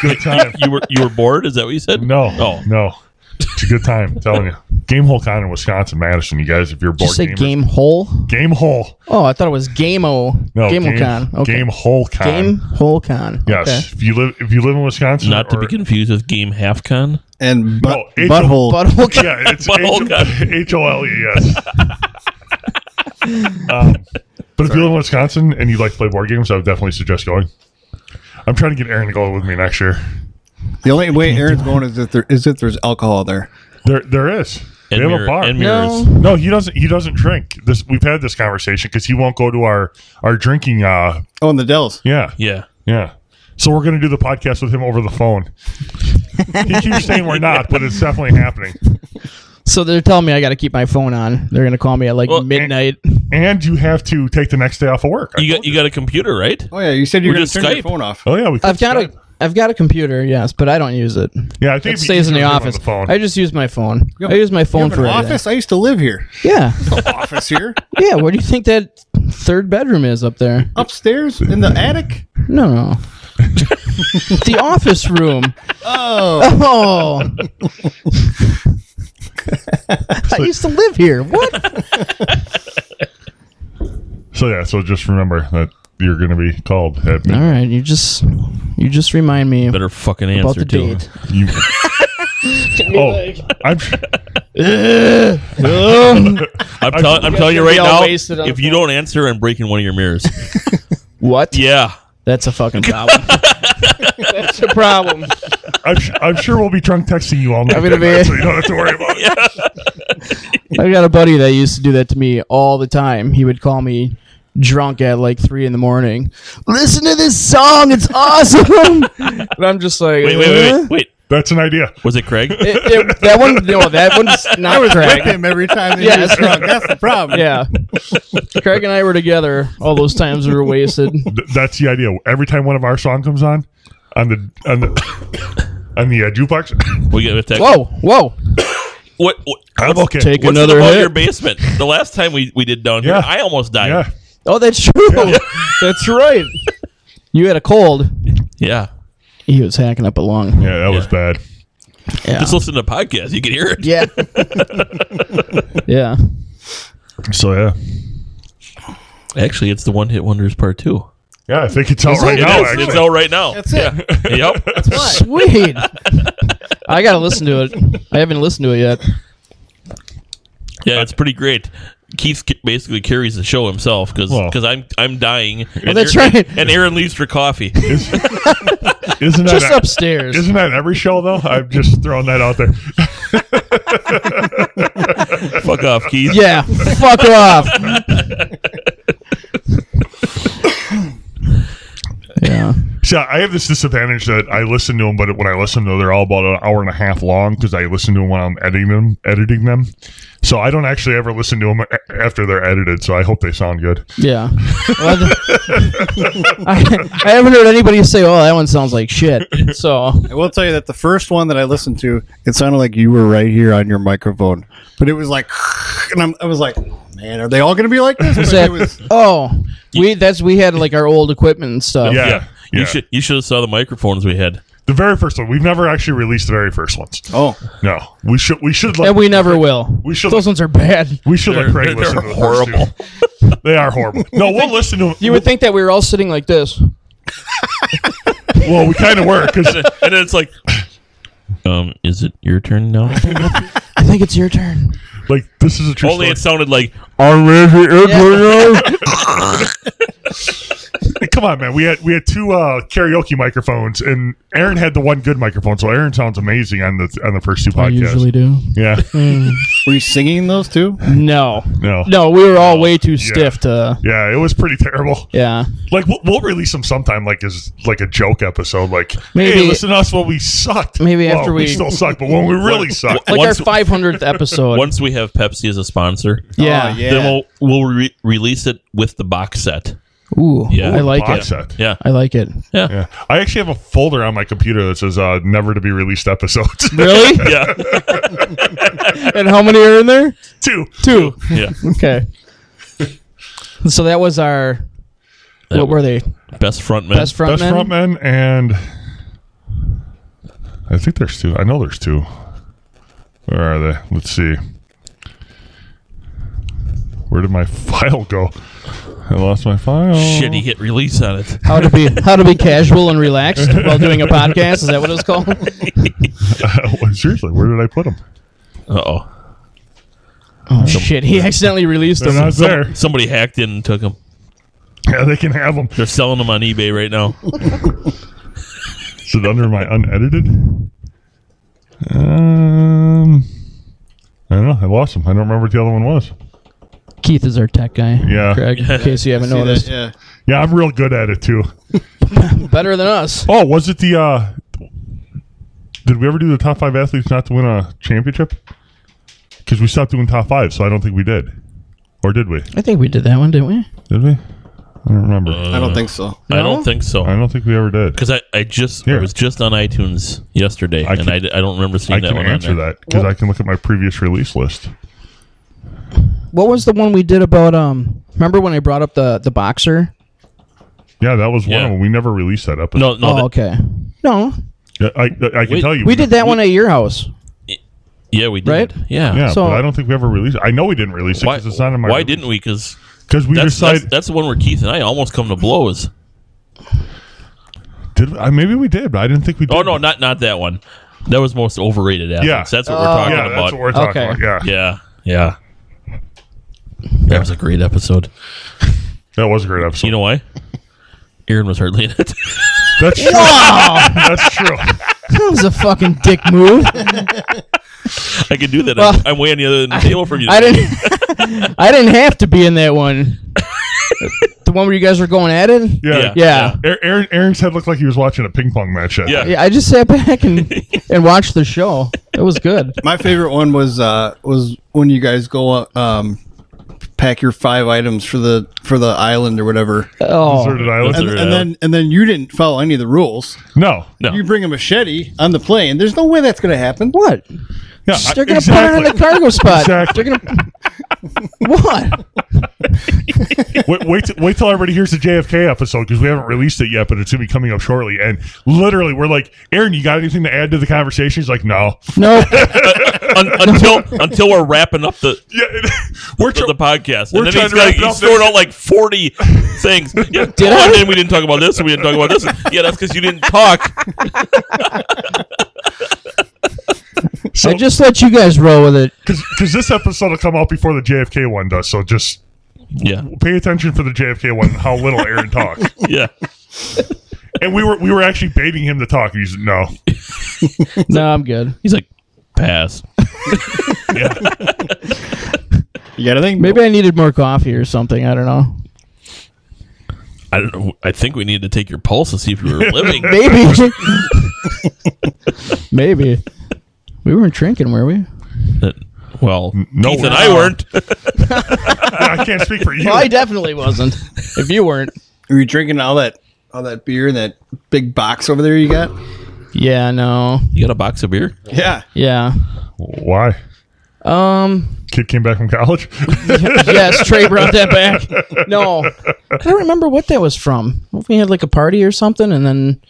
[SPEAKER 3] Good time.
[SPEAKER 4] you were you were bored? Is that what you said?
[SPEAKER 3] No,
[SPEAKER 4] Oh.
[SPEAKER 3] no. It's a good time. I'm telling you. Game Hole Con in Wisconsin, Madison. You guys, if you're board
[SPEAKER 1] Just say
[SPEAKER 3] gamers-
[SPEAKER 1] game hole.
[SPEAKER 3] Game Hole.
[SPEAKER 1] Oh, I thought it was game o.
[SPEAKER 3] No,
[SPEAKER 1] game
[SPEAKER 3] game,
[SPEAKER 1] con. Okay.
[SPEAKER 3] Game Hole Con.
[SPEAKER 1] Game hole con.
[SPEAKER 3] Yes.
[SPEAKER 1] Okay.
[SPEAKER 3] If you live if you live in Wisconsin,
[SPEAKER 4] Not to
[SPEAKER 3] or-
[SPEAKER 4] be confused with Game Halfcon.
[SPEAKER 5] And butt,
[SPEAKER 3] No, it's a-
[SPEAKER 5] butthole.
[SPEAKER 1] But hole con.
[SPEAKER 3] Yeah, it's
[SPEAKER 4] Butthole
[SPEAKER 3] H O L E. Yes. E, um, But if you live in Wisconsin and you like to play board games, I would definitely suggest going. I'm trying to get Aaron to go with me next year.
[SPEAKER 5] The only way Aaron's going is if there is if there's alcohol there.
[SPEAKER 3] There, there is. They
[SPEAKER 4] And,
[SPEAKER 3] have
[SPEAKER 4] mirror-
[SPEAKER 3] a bar.
[SPEAKER 4] and
[SPEAKER 1] No.
[SPEAKER 4] mirrors.
[SPEAKER 3] No, he doesn't. He doesn't drink. This we've had this conversation because he won't go to our our drinking. Uh,
[SPEAKER 5] Oh, in the Dells.
[SPEAKER 3] yeah,
[SPEAKER 4] Yeah.
[SPEAKER 3] yeah. So we're gonna do the podcast with him over the phone. he keeps saying we're not, but it's definitely happening.
[SPEAKER 1] So they're telling me I got to keep my phone on. They're gonna call me at like
[SPEAKER 4] Well,
[SPEAKER 1] midnight.
[SPEAKER 3] And you have to take the next day off of work. I
[SPEAKER 4] You got
[SPEAKER 3] told
[SPEAKER 4] you got a computer, right?
[SPEAKER 5] Oh yeah, you said you were
[SPEAKER 4] We're
[SPEAKER 5] going to
[SPEAKER 4] just
[SPEAKER 5] turn
[SPEAKER 4] Skype.
[SPEAKER 5] your phone off.
[SPEAKER 3] Oh yeah, we.
[SPEAKER 1] I've
[SPEAKER 3] could
[SPEAKER 1] got
[SPEAKER 3] Skype.
[SPEAKER 1] a I've got a computer, yes, but I don't use it.
[SPEAKER 3] Yeah, I
[SPEAKER 1] It
[SPEAKER 3] think it'd be
[SPEAKER 1] stays in the
[SPEAKER 3] easier if we were on
[SPEAKER 1] office.
[SPEAKER 3] phone.
[SPEAKER 1] I just use my phone.
[SPEAKER 5] have-
[SPEAKER 1] I use my
[SPEAKER 5] You
[SPEAKER 1] phone
[SPEAKER 5] have
[SPEAKER 1] for
[SPEAKER 5] an
[SPEAKER 1] everything.
[SPEAKER 5] office. I used to live here.
[SPEAKER 1] Yeah,
[SPEAKER 5] office here
[SPEAKER 1] yeah. Where do you think that third bedroom is up there?
[SPEAKER 5] upstairs in the attic.
[SPEAKER 1] No, no. the office room.
[SPEAKER 5] Oh,
[SPEAKER 1] Oh. I used to live here. What?
[SPEAKER 3] so yeah, so just remember that you're gonna be called. At
[SPEAKER 1] All right, you just you just remind me
[SPEAKER 4] Better fucking
[SPEAKER 1] about
[SPEAKER 4] answer
[SPEAKER 1] the
[SPEAKER 4] to.
[SPEAKER 1] date.
[SPEAKER 3] You- oh, I'm.
[SPEAKER 1] Um,
[SPEAKER 4] I'm, tell- I'm telling you
[SPEAKER 1] guys
[SPEAKER 4] right
[SPEAKER 1] are all
[SPEAKER 4] now,
[SPEAKER 1] wasted on
[SPEAKER 4] if
[SPEAKER 1] the
[SPEAKER 4] you don't answer, I'm breaking one of your mirrors.
[SPEAKER 1] What?
[SPEAKER 4] yeah.
[SPEAKER 1] That's a fucking problem. That's a problem.
[SPEAKER 3] I'm, su- I'm sure we'll be drunk texting you all night.
[SPEAKER 1] I'm gonna be-
[SPEAKER 3] so you don't have to worry about it.
[SPEAKER 1] I got a buddy that used to do that to me all the time. He would call me drunk at like three in the morning. Listen to this song, it's awesome. and I'm just like,
[SPEAKER 4] Wait, wait, wait, wait, wait.
[SPEAKER 3] That's an idea.
[SPEAKER 4] Was it Craig?
[SPEAKER 1] It, it- that one, no, that one's not
[SPEAKER 5] with
[SPEAKER 1] Craig.
[SPEAKER 5] him every time. that he
[SPEAKER 1] Yeah,
[SPEAKER 5] was
[SPEAKER 1] that's
[SPEAKER 5] drunk. That's the problem.
[SPEAKER 1] Yeah, Craig and I were together all those times we were wasted.
[SPEAKER 3] Th- that's the idea. Every time one of our song comes on, on the on the on the uh, jukebox,
[SPEAKER 4] we get a text.
[SPEAKER 1] Whoa, whoa!
[SPEAKER 4] What? what
[SPEAKER 3] I'm okay.
[SPEAKER 1] Take
[SPEAKER 4] what's
[SPEAKER 1] another
[SPEAKER 4] it about
[SPEAKER 1] hit.
[SPEAKER 4] your basement? The last time we, we did down here,
[SPEAKER 3] Yeah.
[SPEAKER 4] I almost died.
[SPEAKER 3] yeah,
[SPEAKER 4] Yeah.
[SPEAKER 1] Oh, that's true. that's right. You had a cold. He was hacking up a lung.
[SPEAKER 3] yeah, that was bad.
[SPEAKER 1] Yeah,
[SPEAKER 4] Just listen to the podcast. You can hear it.
[SPEAKER 1] yeah. yeah.
[SPEAKER 3] So yeah,
[SPEAKER 4] Actually, it's the One Hit Wonders Part 2.
[SPEAKER 3] yeah, I think it's out right
[SPEAKER 4] It
[SPEAKER 3] now.
[SPEAKER 4] is.
[SPEAKER 3] actually.
[SPEAKER 4] It's out right now.
[SPEAKER 5] That's it.
[SPEAKER 4] Yeah. yep.
[SPEAKER 1] Sweet. I gotta listen to it. I haven't listened to it yet.
[SPEAKER 4] Yeah, it's pretty great. Keith ca- basically carries the show himself because
[SPEAKER 3] Well.
[SPEAKER 4] I'm I'm dying. and
[SPEAKER 1] that's
[SPEAKER 4] Aaron-
[SPEAKER 1] right.
[SPEAKER 4] And Aaron leaves for coffee.
[SPEAKER 3] Isn't that
[SPEAKER 1] Just upstairs.
[SPEAKER 3] Isn't that every show though? I'm just throwing that out there.
[SPEAKER 4] Fuck off, Keith.
[SPEAKER 1] Yeah, fuck off. yeah.
[SPEAKER 3] So I have this disadvantage that I listen to them, but when I listen to them, they're all about an hour and a half long because I listen to them when I'm editing them. Editing them, so I don't actually ever listen to them after they're edited. So I hope they sound good.
[SPEAKER 1] Yeah. Well, the- I, I haven't heard anybody say, oh, that one sounds like shit. So,
[SPEAKER 5] I will tell you that the first one that I listened to, it sounded like you were right here on your microphone, but it was like, and I'm, I was like, oh, man, are they all going to be like this? But
[SPEAKER 1] that-
[SPEAKER 5] it was,
[SPEAKER 1] oh, we that's we had like our old equipment and stuff.
[SPEAKER 3] Yeah,
[SPEAKER 4] Yeah.
[SPEAKER 3] yeah.
[SPEAKER 4] You should you should have saw the microphones we had.
[SPEAKER 3] The very first one. We've never actually released the very first ones.
[SPEAKER 5] oh,
[SPEAKER 3] No, we should. We should. Let,
[SPEAKER 1] And we never will.
[SPEAKER 3] We should-
[SPEAKER 1] Those ones are bad.
[SPEAKER 3] we should let
[SPEAKER 4] They're-
[SPEAKER 3] Craig
[SPEAKER 4] they're
[SPEAKER 3] listen to the
[SPEAKER 4] horrible.
[SPEAKER 3] first two. they are horrible. No, we'll listen to.
[SPEAKER 1] You would think that we were all sitting like this.
[SPEAKER 3] Well, we kind of were because
[SPEAKER 4] and then it's like, um, is it your turn now?
[SPEAKER 1] I think it's your turn.
[SPEAKER 3] like this is a true
[SPEAKER 4] Only it
[SPEAKER 3] story.
[SPEAKER 4] sounded like
[SPEAKER 3] Come on, man. We had we had two uh, karaoke microphones, and Aaron had the one good microphone. So Aaron sounds amazing on the on the first two podcasts.
[SPEAKER 1] I usually do.
[SPEAKER 3] yeah.
[SPEAKER 5] were you singing those too?
[SPEAKER 1] No.
[SPEAKER 3] No.
[SPEAKER 1] No, we were all way too stiff to.
[SPEAKER 3] Yeah, it was pretty terrible.
[SPEAKER 1] Yeah.
[SPEAKER 3] Like we'll, we'll release them sometime, like as like a joke episode. Like,
[SPEAKER 1] Maybe-
[SPEAKER 3] hey, listen to us when we sucked.
[SPEAKER 1] Maybe
[SPEAKER 3] Well,
[SPEAKER 1] after we-
[SPEAKER 3] still suck, but when we really
[SPEAKER 4] What-
[SPEAKER 3] sucked.
[SPEAKER 1] Like
[SPEAKER 4] Once-
[SPEAKER 1] our 500th episode.
[SPEAKER 4] once we have Pepsi as a sponsor,
[SPEAKER 1] yeah.
[SPEAKER 5] Oh, yeah.
[SPEAKER 4] then we'll, we'll re- release it with the box set.
[SPEAKER 1] Ooh,
[SPEAKER 4] Yeah.
[SPEAKER 1] I like
[SPEAKER 3] box
[SPEAKER 1] it.
[SPEAKER 3] set.
[SPEAKER 4] Yeah,
[SPEAKER 1] I like it.
[SPEAKER 3] Yeah. I actually have a folder on my computer that says uh, never to be released episodes.
[SPEAKER 1] Really?
[SPEAKER 4] yeah,
[SPEAKER 1] and how many are in there?
[SPEAKER 3] Two.
[SPEAKER 1] Two.
[SPEAKER 4] yeah.
[SPEAKER 1] Okay. so that was our. what were they?
[SPEAKER 4] Best front man.
[SPEAKER 1] Best frontmen.
[SPEAKER 3] Best frontman and I think there's two. I know there's two. Where are they? Let's see. Where did my file go? I lost my file.
[SPEAKER 4] Shit, he hit release on it.
[SPEAKER 1] How to be how to be casual and relaxed while doing a podcast? Is that what it's called?
[SPEAKER 3] Seriously, where did I put them?
[SPEAKER 4] Uh oh.
[SPEAKER 1] Oh, shit! He accidentally released
[SPEAKER 3] They're
[SPEAKER 1] them.
[SPEAKER 3] not there.
[SPEAKER 4] Somebody hacked in and took him.
[SPEAKER 3] Yeah, they can have them.
[SPEAKER 4] They're selling them on eBay right now.
[SPEAKER 3] Is it under my unedited? Um, I don't know. I lost them. I don't remember what the other one was.
[SPEAKER 1] Keith is our tech guy.
[SPEAKER 3] Yeah.
[SPEAKER 1] Craig, in case you haven't
[SPEAKER 5] See that?
[SPEAKER 1] noticed.
[SPEAKER 5] Yeah.
[SPEAKER 3] Yeah, I'm real good at it too.
[SPEAKER 1] Better than us.
[SPEAKER 3] Oh, was it the? uh Did we ever do the top five athletes not to win a championship? Because we stopped doing top five, so I don't think we did. Or did we?
[SPEAKER 1] I think we did that one, didn't we?
[SPEAKER 3] Did we? I don't remember.
[SPEAKER 4] Uh,
[SPEAKER 5] I don't think so.
[SPEAKER 4] I
[SPEAKER 1] No?
[SPEAKER 4] don't think
[SPEAKER 3] I
[SPEAKER 4] so.
[SPEAKER 3] don't think we ever did.
[SPEAKER 4] Because I, I just
[SPEAKER 3] Here.
[SPEAKER 4] I was just on iTunes yesterday,
[SPEAKER 3] I
[SPEAKER 4] and
[SPEAKER 3] can-
[SPEAKER 4] I, d- I don't remember seeing
[SPEAKER 3] I
[SPEAKER 4] that
[SPEAKER 3] can
[SPEAKER 4] one.
[SPEAKER 3] answer
[SPEAKER 4] on there.
[SPEAKER 3] that because I can look at my previous release list.
[SPEAKER 1] What was the one we did about um remember when I brought up the the boxer?
[SPEAKER 3] Yeah, that was one
[SPEAKER 4] Yeah.
[SPEAKER 3] of them. We never released that episode.
[SPEAKER 4] No, no,
[SPEAKER 1] oh,
[SPEAKER 4] that-
[SPEAKER 1] okay. No.
[SPEAKER 3] Yeah, I, I, I can
[SPEAKER 4] We-
[SPEAKER 3] tell you.
[SPEAKER 1] We did that one at your house.
[SPEAKER 4] yeah, we did.
[SPEAKER 1] Right?
[SPEAKER 4] Yeah.
[SPEAKER 3] Yeah,
[SPEAKER 1] So-
[SPEAKER 3] but I don't think we ever released. I know we didn't release it
[SPEAKER 4] Why,
[SPEAKER 3] because it's not in my.
[SPEAKER 4] why didn't we? Because
[SPEAKER 3] Because we
[SPEAKER 4] that's, that's,
[SPEAKER 3] decided.
[SPEAKER 4] that's the one where Keith and I almost come to blows.
[SPEAKER 3] Did uh, maybe we did, but I didn't think we did.
[SPEAKER 4] Oh no, not not that one. That was most overrated athletes.
[SPEAKER 3] Yeah.
[SPEAKER 4] That's what we're talking
[SPEAKER 3] Yeah,
[SPEAKER 4] about.
[SPEAKER 3] that's what we're talking
[SPEAKER 1] Okay.
[SPEAKER 3] about. Yeah.
[SPEAKER 4] yeah, yeah. That was a great episode.
[SPEAKER 3] that was a great episode.
[SPEAKER 4] You know why? Aaron was hardly in it.
[SPEAKER 3] that's true. that's true.
[SPEAKER 1] That Oh, was a fucking dick move.
[SPEAKER 4] I can do that.
[SPEAKER 1] Well,
[SPEAKER 4] I'm, I'm way on the other end of the table from you.
[SPEAKER 1] I didn't I didn't have to be in that one. the one where you guys were going at it?
[SPEAKER 3] Yeah.
[SPEAKER 4] Yeah.
[SPEAKER 1] Yeah.
[SPEAKER 3] A- Aaron, Aaron's head looked like he was watching a ping pong match.
[SPEAKER 4] Yeah.
[SPEAKER 1] Yeah, I just sat back and and watched the show. It was good.
[SPEAKER 5] My favorite one was uh, was when you guys go uh, um, pack your five items for the for the island or whatever,
[SPEAKER 1] Oh,
[SPEAKER 3] Deserted Island.
[SPEAKER 5] and,
[SPEAKER 4] Deserted
[SPEAKER 5] and then and then you didn't follow any of the rules.
[SPEAKER 3] No.
[SPEAKER 4] No.
[SPEAKER 5] You bring a machete on the plane. There's no way that's going to happen.
[SPEAKER 1] what?
[SPEAKER 3] Yeah,
[SPEAKER 1] They're gonna put it on the
[SPEAKER 3] Uh, exactly.
[SPEAKER 1] cargo spot.
[SPEAKER 3] Exactly.
[SPEAKER 1] They're gonna what?
[SPEAKER 3] wait, wait, till, wait till everybody hears the JFK episode because we haven't released it yet, but it's gonna be coming up shortly. And literally, we're like, Aaron, you got anything to add to the conversation? He's like, No.
[SPEAKER 1] No,
[SPEAKER 4] Un- until until we're wrapping up the
[SPEAKER 3] Yeah, we're
[SPEAKER 4] the podcast.
[SPEAKER 3] we're
[SPEAKER 4] and
[SPEAKER 3] trying
[SPEAKER 4] then he's,
[SPEAKER 3] to wrap
[SPEAKER 4] got,
[SPEAKER 3] it up.
[SPEAKER 4] he's throwing out like 40 things. Yeah, did
[SPEAKER 1] I?
[SPEAKER 4] and then we didn't talk about this, and we didn't talk about this. Yeah, that's because you didn't talk.
[SPEAKER 1] I just let you guys roll with it.
[SPEAKER 3] because this episode will come out before the JFK one does. So just
[SPEAKER 4] Yeah,
[SPEAKER 3] pay attention for the JFK one. How little Aaron talks.
[SPEAKER 4] yeah.
[SPEAKER 3] And we were we were actually baiting him to talk. He's no.
[SPEAKER 1] No, I'm good.
[SPEAKER 4] He's like, pass.
[SPEAKER 3] Yeah.
[SPEAKER 5] You got to think.
[SPEAKER 1] Maybe I needed more coffee or something. I don't know.
[SPEAKER 4] I don't know. I think we need to take your pulse to see if you were living.
[SPEAKER 1] Maybe. Maybe. We weren't drinking, were we?
[SPEAKER 4] well,
[SPEAKER 3] No,
[SPEAKER 4] Keith
[SPEAKER 3] we're
[SPEAKER 4] and I
[SPEAKER 3] not.
[SPEAKER 4] weren't.
[SPEAKER 3] I can't speak for you.
[SPEAKER 1] Well, I definitely wasn't. If you weren't.
[SPEAKER 5] Were you drinking all that all that beer in that big box over there you got?
[SPEAKER 1] Yeah, no.
[SPEAKER 4] You got a box of beer?
[SPEAKER 5] Yeah.
[SPEAKER 1] Yeah.
[SPEAKER 3] Why?
[SPEAKER 1] Um
[SPEAKER 3] Kid came back from college.
[SPEAKER 1] yes, Trey brought that back. No. I don't remember what that was from. We had like a party or something and then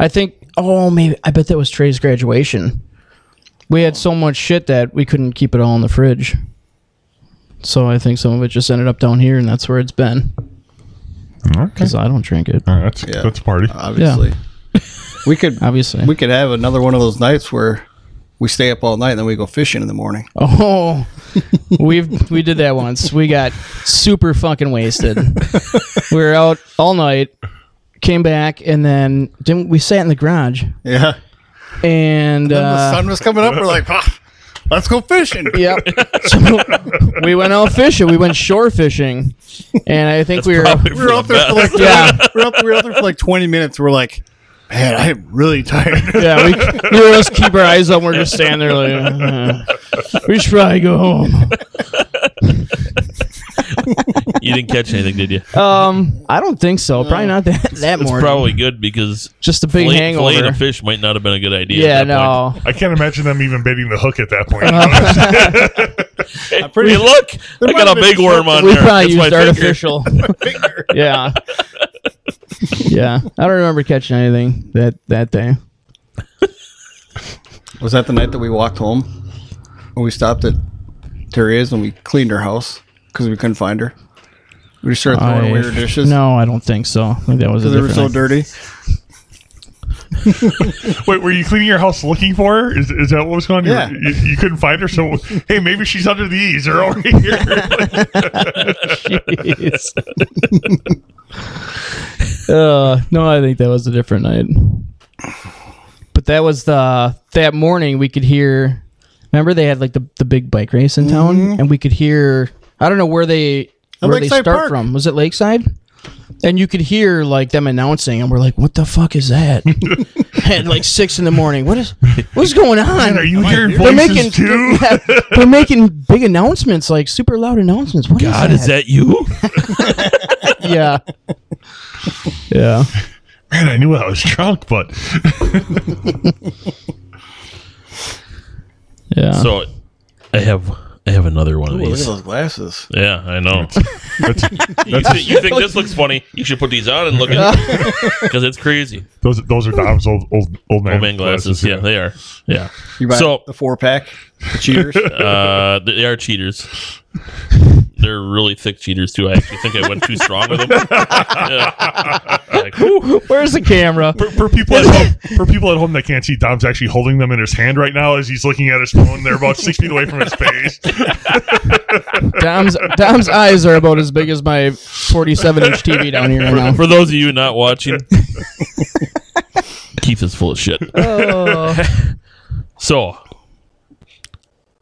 [SPEAKER 1] I think oh maybe I bet that was Trey's graduation. We had so much shit that we couldn't keep it all in the fridge. So I think some of it just ended up down here and that's where it's been.
[SPEAKER 3] okay.
[SPEAKER 1] Because I don't drink it.
[SPEAKER 3] All right, that's
[SPEAKER 5] Yeah. Uh,
[SPEAKER 3] that's a party.
[SPEAKER 5] Obviously. We could
[SPEAKER 1] Obviously.
[SPEAKER 5] we could have another one of those nights where we stay up all night and then we go fishing in the morning.
[SPEAKER 1] Oh, we've we did that once. We got super fucking wasted. we were out all night, came back, and then didn't we sat in the garage
[SPEAKER 5] Yeah.
[SPEAKER 1] and
[SPEAKER 5] the
[SPEAKER 1] uh,
[SPEAKER 5] sun was coming up. We're like, "Ah, let's go fishing.
[SPEAKER 1] yep. So we went out fishing. We went shore fishing, and I think we were
[SPEAKER 4] Probably
[SPEAKER 5] We were
[SPEAKER 4] for
[SPEAKER 5] out
[SPEAKER 4] the
[SPEAKER 5] there for
[SPEAKER 4] best.
[SPEAKER 5] like
[SPEAKER 1] Yeah.
[SPEAKER 5] we were out, we were out there for like twenty minutes. We're like, man, I am really tired.
[SPEAKER 1] yeah. We we just keep our eyes up. We're just standing there like uh, we should probably go home.
[SPEAKER 4] you didn't catch anything, did you?
[SPEAKER 1] Um, I don't think so. Probably not that that
[SPEAKER 4] It's
[SPEAKER 1] morning.
[SPEAKER 4] probably good because
[SPEAKER 1] just a big
[SPEAKER 4] fillet- filleting
[SPEAKER 1] hangover.
[SPEAKER 4] a fish might not have been a good idea.
[SPEAKER 1] Yeah,
[SPEAKER 4] at that
[SPEAKER 1] no.
[SPEAKER 3] I can't imagine them even baiting the hook at that point. you
[SPEAKER 5] Uh-huh.
[SPEAKER 3] know?
[SPEAKER 4] Point. Hey,
[SPEAKER 5] pretty-
[SPEAKER 4] hey, look, I
[SPEAKER 5] might have
[SPEAKER 4] got a
[SPEAKER 5] been
[SPEAKER 4] big
[SPEAKER 5] a
[SPEAKER 4] worm on
[SPEAKER 1] we
[SPEAKER 4] there.
[SPEAKER 1] probably
[SPEAKER 4] It's my
[SPEAKER 1] used
[SPEAKER 4] finger.
[SPEAKER 1] artificial. yeah. Yeah. I don't remember catching anything that that day.
[SPEAKER 5] Was that the night that we walked home? When we stopped at Terrier's and we cleaned her house because we couldn't find her. We just started throwing away her dishes.
[SPEAKER 1] No, I don't think so. I think that was a
[SPEAKER 5] Because they were
[SPEAKER 1] different.
[SPEAKER 5] so dirty.
[SPEAKER 3] Wait, were you cleaning your house looking for her? Is, is that what was going on? You-
[SPEAKER 5] Yeah.
[SPEAKER 3] You, you couldn't find her, so hey, maybe she's under these or over here.
[SPEAKER 1] Jeez. uh, no, I think that was a different night. But that was the that morning we could hear. Remember they had like the, the big bike race in town, and we could hear. I don't know where they
[SPEAKER 5] At
[SPEAKER 1] where they
[SPEAKER 5] Lakeside
[SPEAKER 1] start
[SPEAKER 5] Park.
[SPEAKER 1] from. Was it Lakeside? And you could hear like them announcing, and we're like, "What the fuck is that?" At like six in the morning, what is what's going on?
[SPEAKER 3] Are you hearing
[SPEAKER 5] They're
[SPEAKER 3] voices
[SPEAKER 1] making-
[SPEAKER 3] too?
[SPEAKER 1] They're making big announcements, like super loud announcements. What is
[SPEAKER 4] God, is that you?
[SPEAKER 1] yeah. Yeah.
[SPEAKER 3] Man, I knew I was drunk, but
[SPEAKER 1] Yeah.
[SPEAKER 4] so I have I have another one of
[SPEAKER 5] look at
[SPEAKER 4] these.
[SPEAKER 5] those glasses.
[SPEAKER 4] Yeah, I know.
[SPEAKER 3] that's,
[SPEAKER 4] You, thi- you think this looks funny? You should put these on and look at because it's crazy.
[SPEAKER 3] those those are Dom's old old old man,
[SPEAKER 4] Old man glasses. Yeah, they are. Yeah,
[SPEAKER 5] You buy
[SPEAKER 4] So-
[SPEAKER 5] the four pack, the cheaters.
[SPEAKER 4] uh, they are cheaters. They're really thick cheaters too. I actually think I went too strong with them. Yeah. Like, whew.
[SPEAKER 1] Where's the camera?
[SPEAKER 3] For, for people at home, for people at home that can't see, Dom's actually holding them in his hand right now as he's looking at his phone. They're about six feet away from his face.
[SPEAKER 1] Dom's Dom's eyes are about as big as my 47 inch TV down here right now.
[SPEAKER 4] For those of you not watching, Keith is full of shit. So,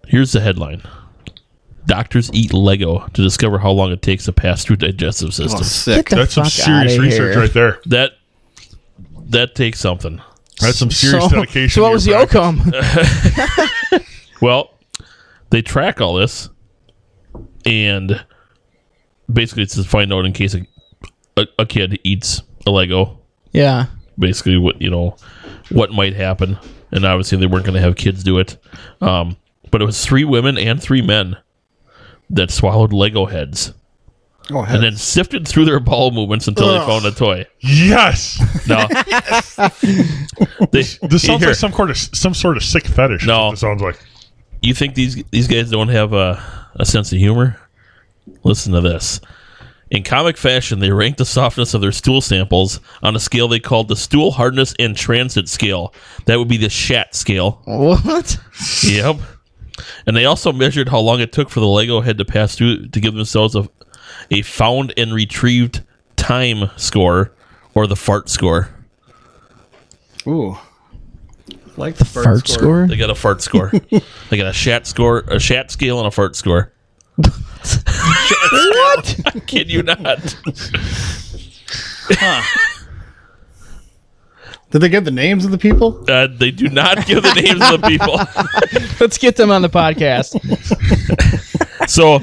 [SPEAKER 4] here's the headline: Doctors eat Lego to discover how long it takes to pass through digestive
[SPEAKER 5] Oh,
[SPEAKER 4] system.
[SPEAKER 5] sick.
[SPEAKER 3] That's some serious research right there.
[SPEAKER 4] That that takes something.
[SPEAKER 3] That's some serious
[SPEAKER 1] so,
[SPEAKER 3] dedication.
[SPEAKER 1] So
[SPEAKER 3] to
[SPEAKER 1] what was the
[SPEAKER 3] your practice.
[SPEAKER 1] outcome?
[SPEAKER 4] Well, they track all this, and basically it's to find out in case a, a, a kid eats a Lego.
[SPEAKER 1] yeah.
[SPEAKER 4] Basically, what you know, what might happen, and obviously they weren't going to have kids do it. Um, but it was three women and three men that swallowed Lego heads
[SPEAKER 5] Oh,
[SPEAKER 4] and
[SPEAKER 5] heck.
[SPEAKER 4] then sifted through their bowel movements until they found a toy.
[SPEAKER 3] Yes,
[SPEAKER 4] No, they,
[SPEAKER 3] this sounds
[SPEAKER 4] here.
[SPEAKER 3] like some sort of some sort of sick fetish. is
[SPEAKER 4] No.
[SPEAKER 3] what this sounds like
[SPEAKER 4] You think these these guys don't have a, a sense of humor? Listen to this. In comic fashion, they ranked the softness of their stool samples on a scale they called the Stool Hardness and Transit Scale. That would be the Shat scale.
[SPEAKER 1] Oh. What?
[SPEAKER 4] Yep. And they also measured how long it took for the Lego head to pass through to give themselves a, a found and retrieved time score or the fart score.
[SPEAKER 5] Ooh. Like the fart,
[SPEAKER 1] Fart score?
[SPEAKER 4] They got a fart score. they got a Shat score, a Shat scale, and a fart score.
[SPEAKER 1] What?
[SPEAKER 4] Kid you not.
[SPEAKER 5] Did they get the names of the people?
[SPEAKER 4] Uh, they do not give the names of the people.
[SPEAKER 1] Let's get them on the podcast.
[SPEAKER 4] So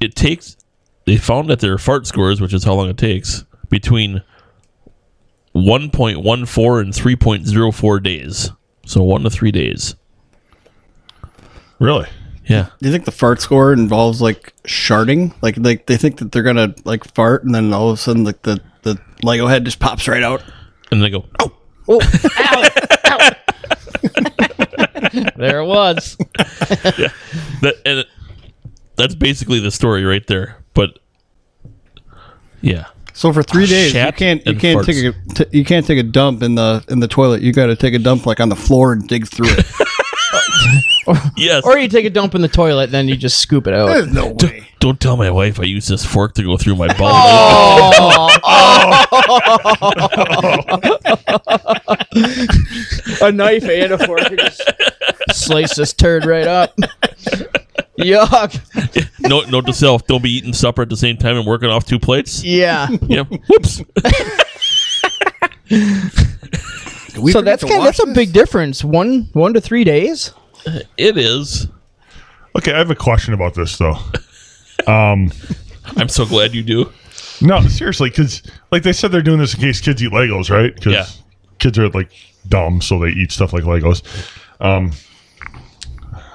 [SPEAKER 4] it takes. They found that their fart scores, which is how long it takes, between 1.14 and 3.04 days. So one to three days.
[SPEAKER 3] really.
[SPEAKER 4] Yeah.
[SPEAKER 5] Do you think the fart score involves like sharding? Like, like they think that they're gonna like fart, and then all of a sudden, like the the Lego head just pops right out.
[SPEAKER 4] And they go, oh.
[SPEAKER 1] There it was.
[SPEAKER 4] That, and it, that's basically the story right there. But yeah.
[SPEAKER 5] So for three days, you
[SPEAKER 4] Shat
[SPEAKER 5] can't you
[SPEAKER 4] and
[SPEAKER 5] can't
[SPEAKER 4] farts.
[SPEAKER 5] take a t- you can't take a dump in the in the toilet. You got to take a dump like on the floor and dig through it.
[SPEAKER 4] Yes.
[SPEAKER 1] Or you take a dump in the toilet, then you just scoop it out.
[SPEAKER 5] There's no way.
[SPEAKER 4] Don't tell my wife I use this fork to go through my balls.
[SPEAKER 1] Oh. a knife and a fork. You just slice this turd right up. Yuck.
[SPEAKER 4] Note, note to self: don't be eating supper at the same time and working off two plates.
[SPEAKER 1] Yeah.
[SPEAKER 4] Yep. Whoops.
[SPEAKER 5] Did we
[SPEAKER 1] so
[SPEAKER 5] forget
[SPEAKER 1] that's
[SPEAKER 5] to
[SPEAKER 1] kind of,
[SPEAKER 5] wash
[SPEAKER 1] that's a
[SPEAKER 5] this?
[SPEAKER 1] big difference. One one to three days.
[SPEAKER 4] It is.
[SPEAKER 3] Okay, I have a question about this though.
[SPEAKER 4] I'm so glad you do.
[SPEAKER 3] No, seriously, because like they said, they're doing this in case kids eat Legos, right? 'Cause
[SPEAKER 4] Yeah.
[SPEAKER 3] kids are like dumb, so they eat stuff like Legos. Um,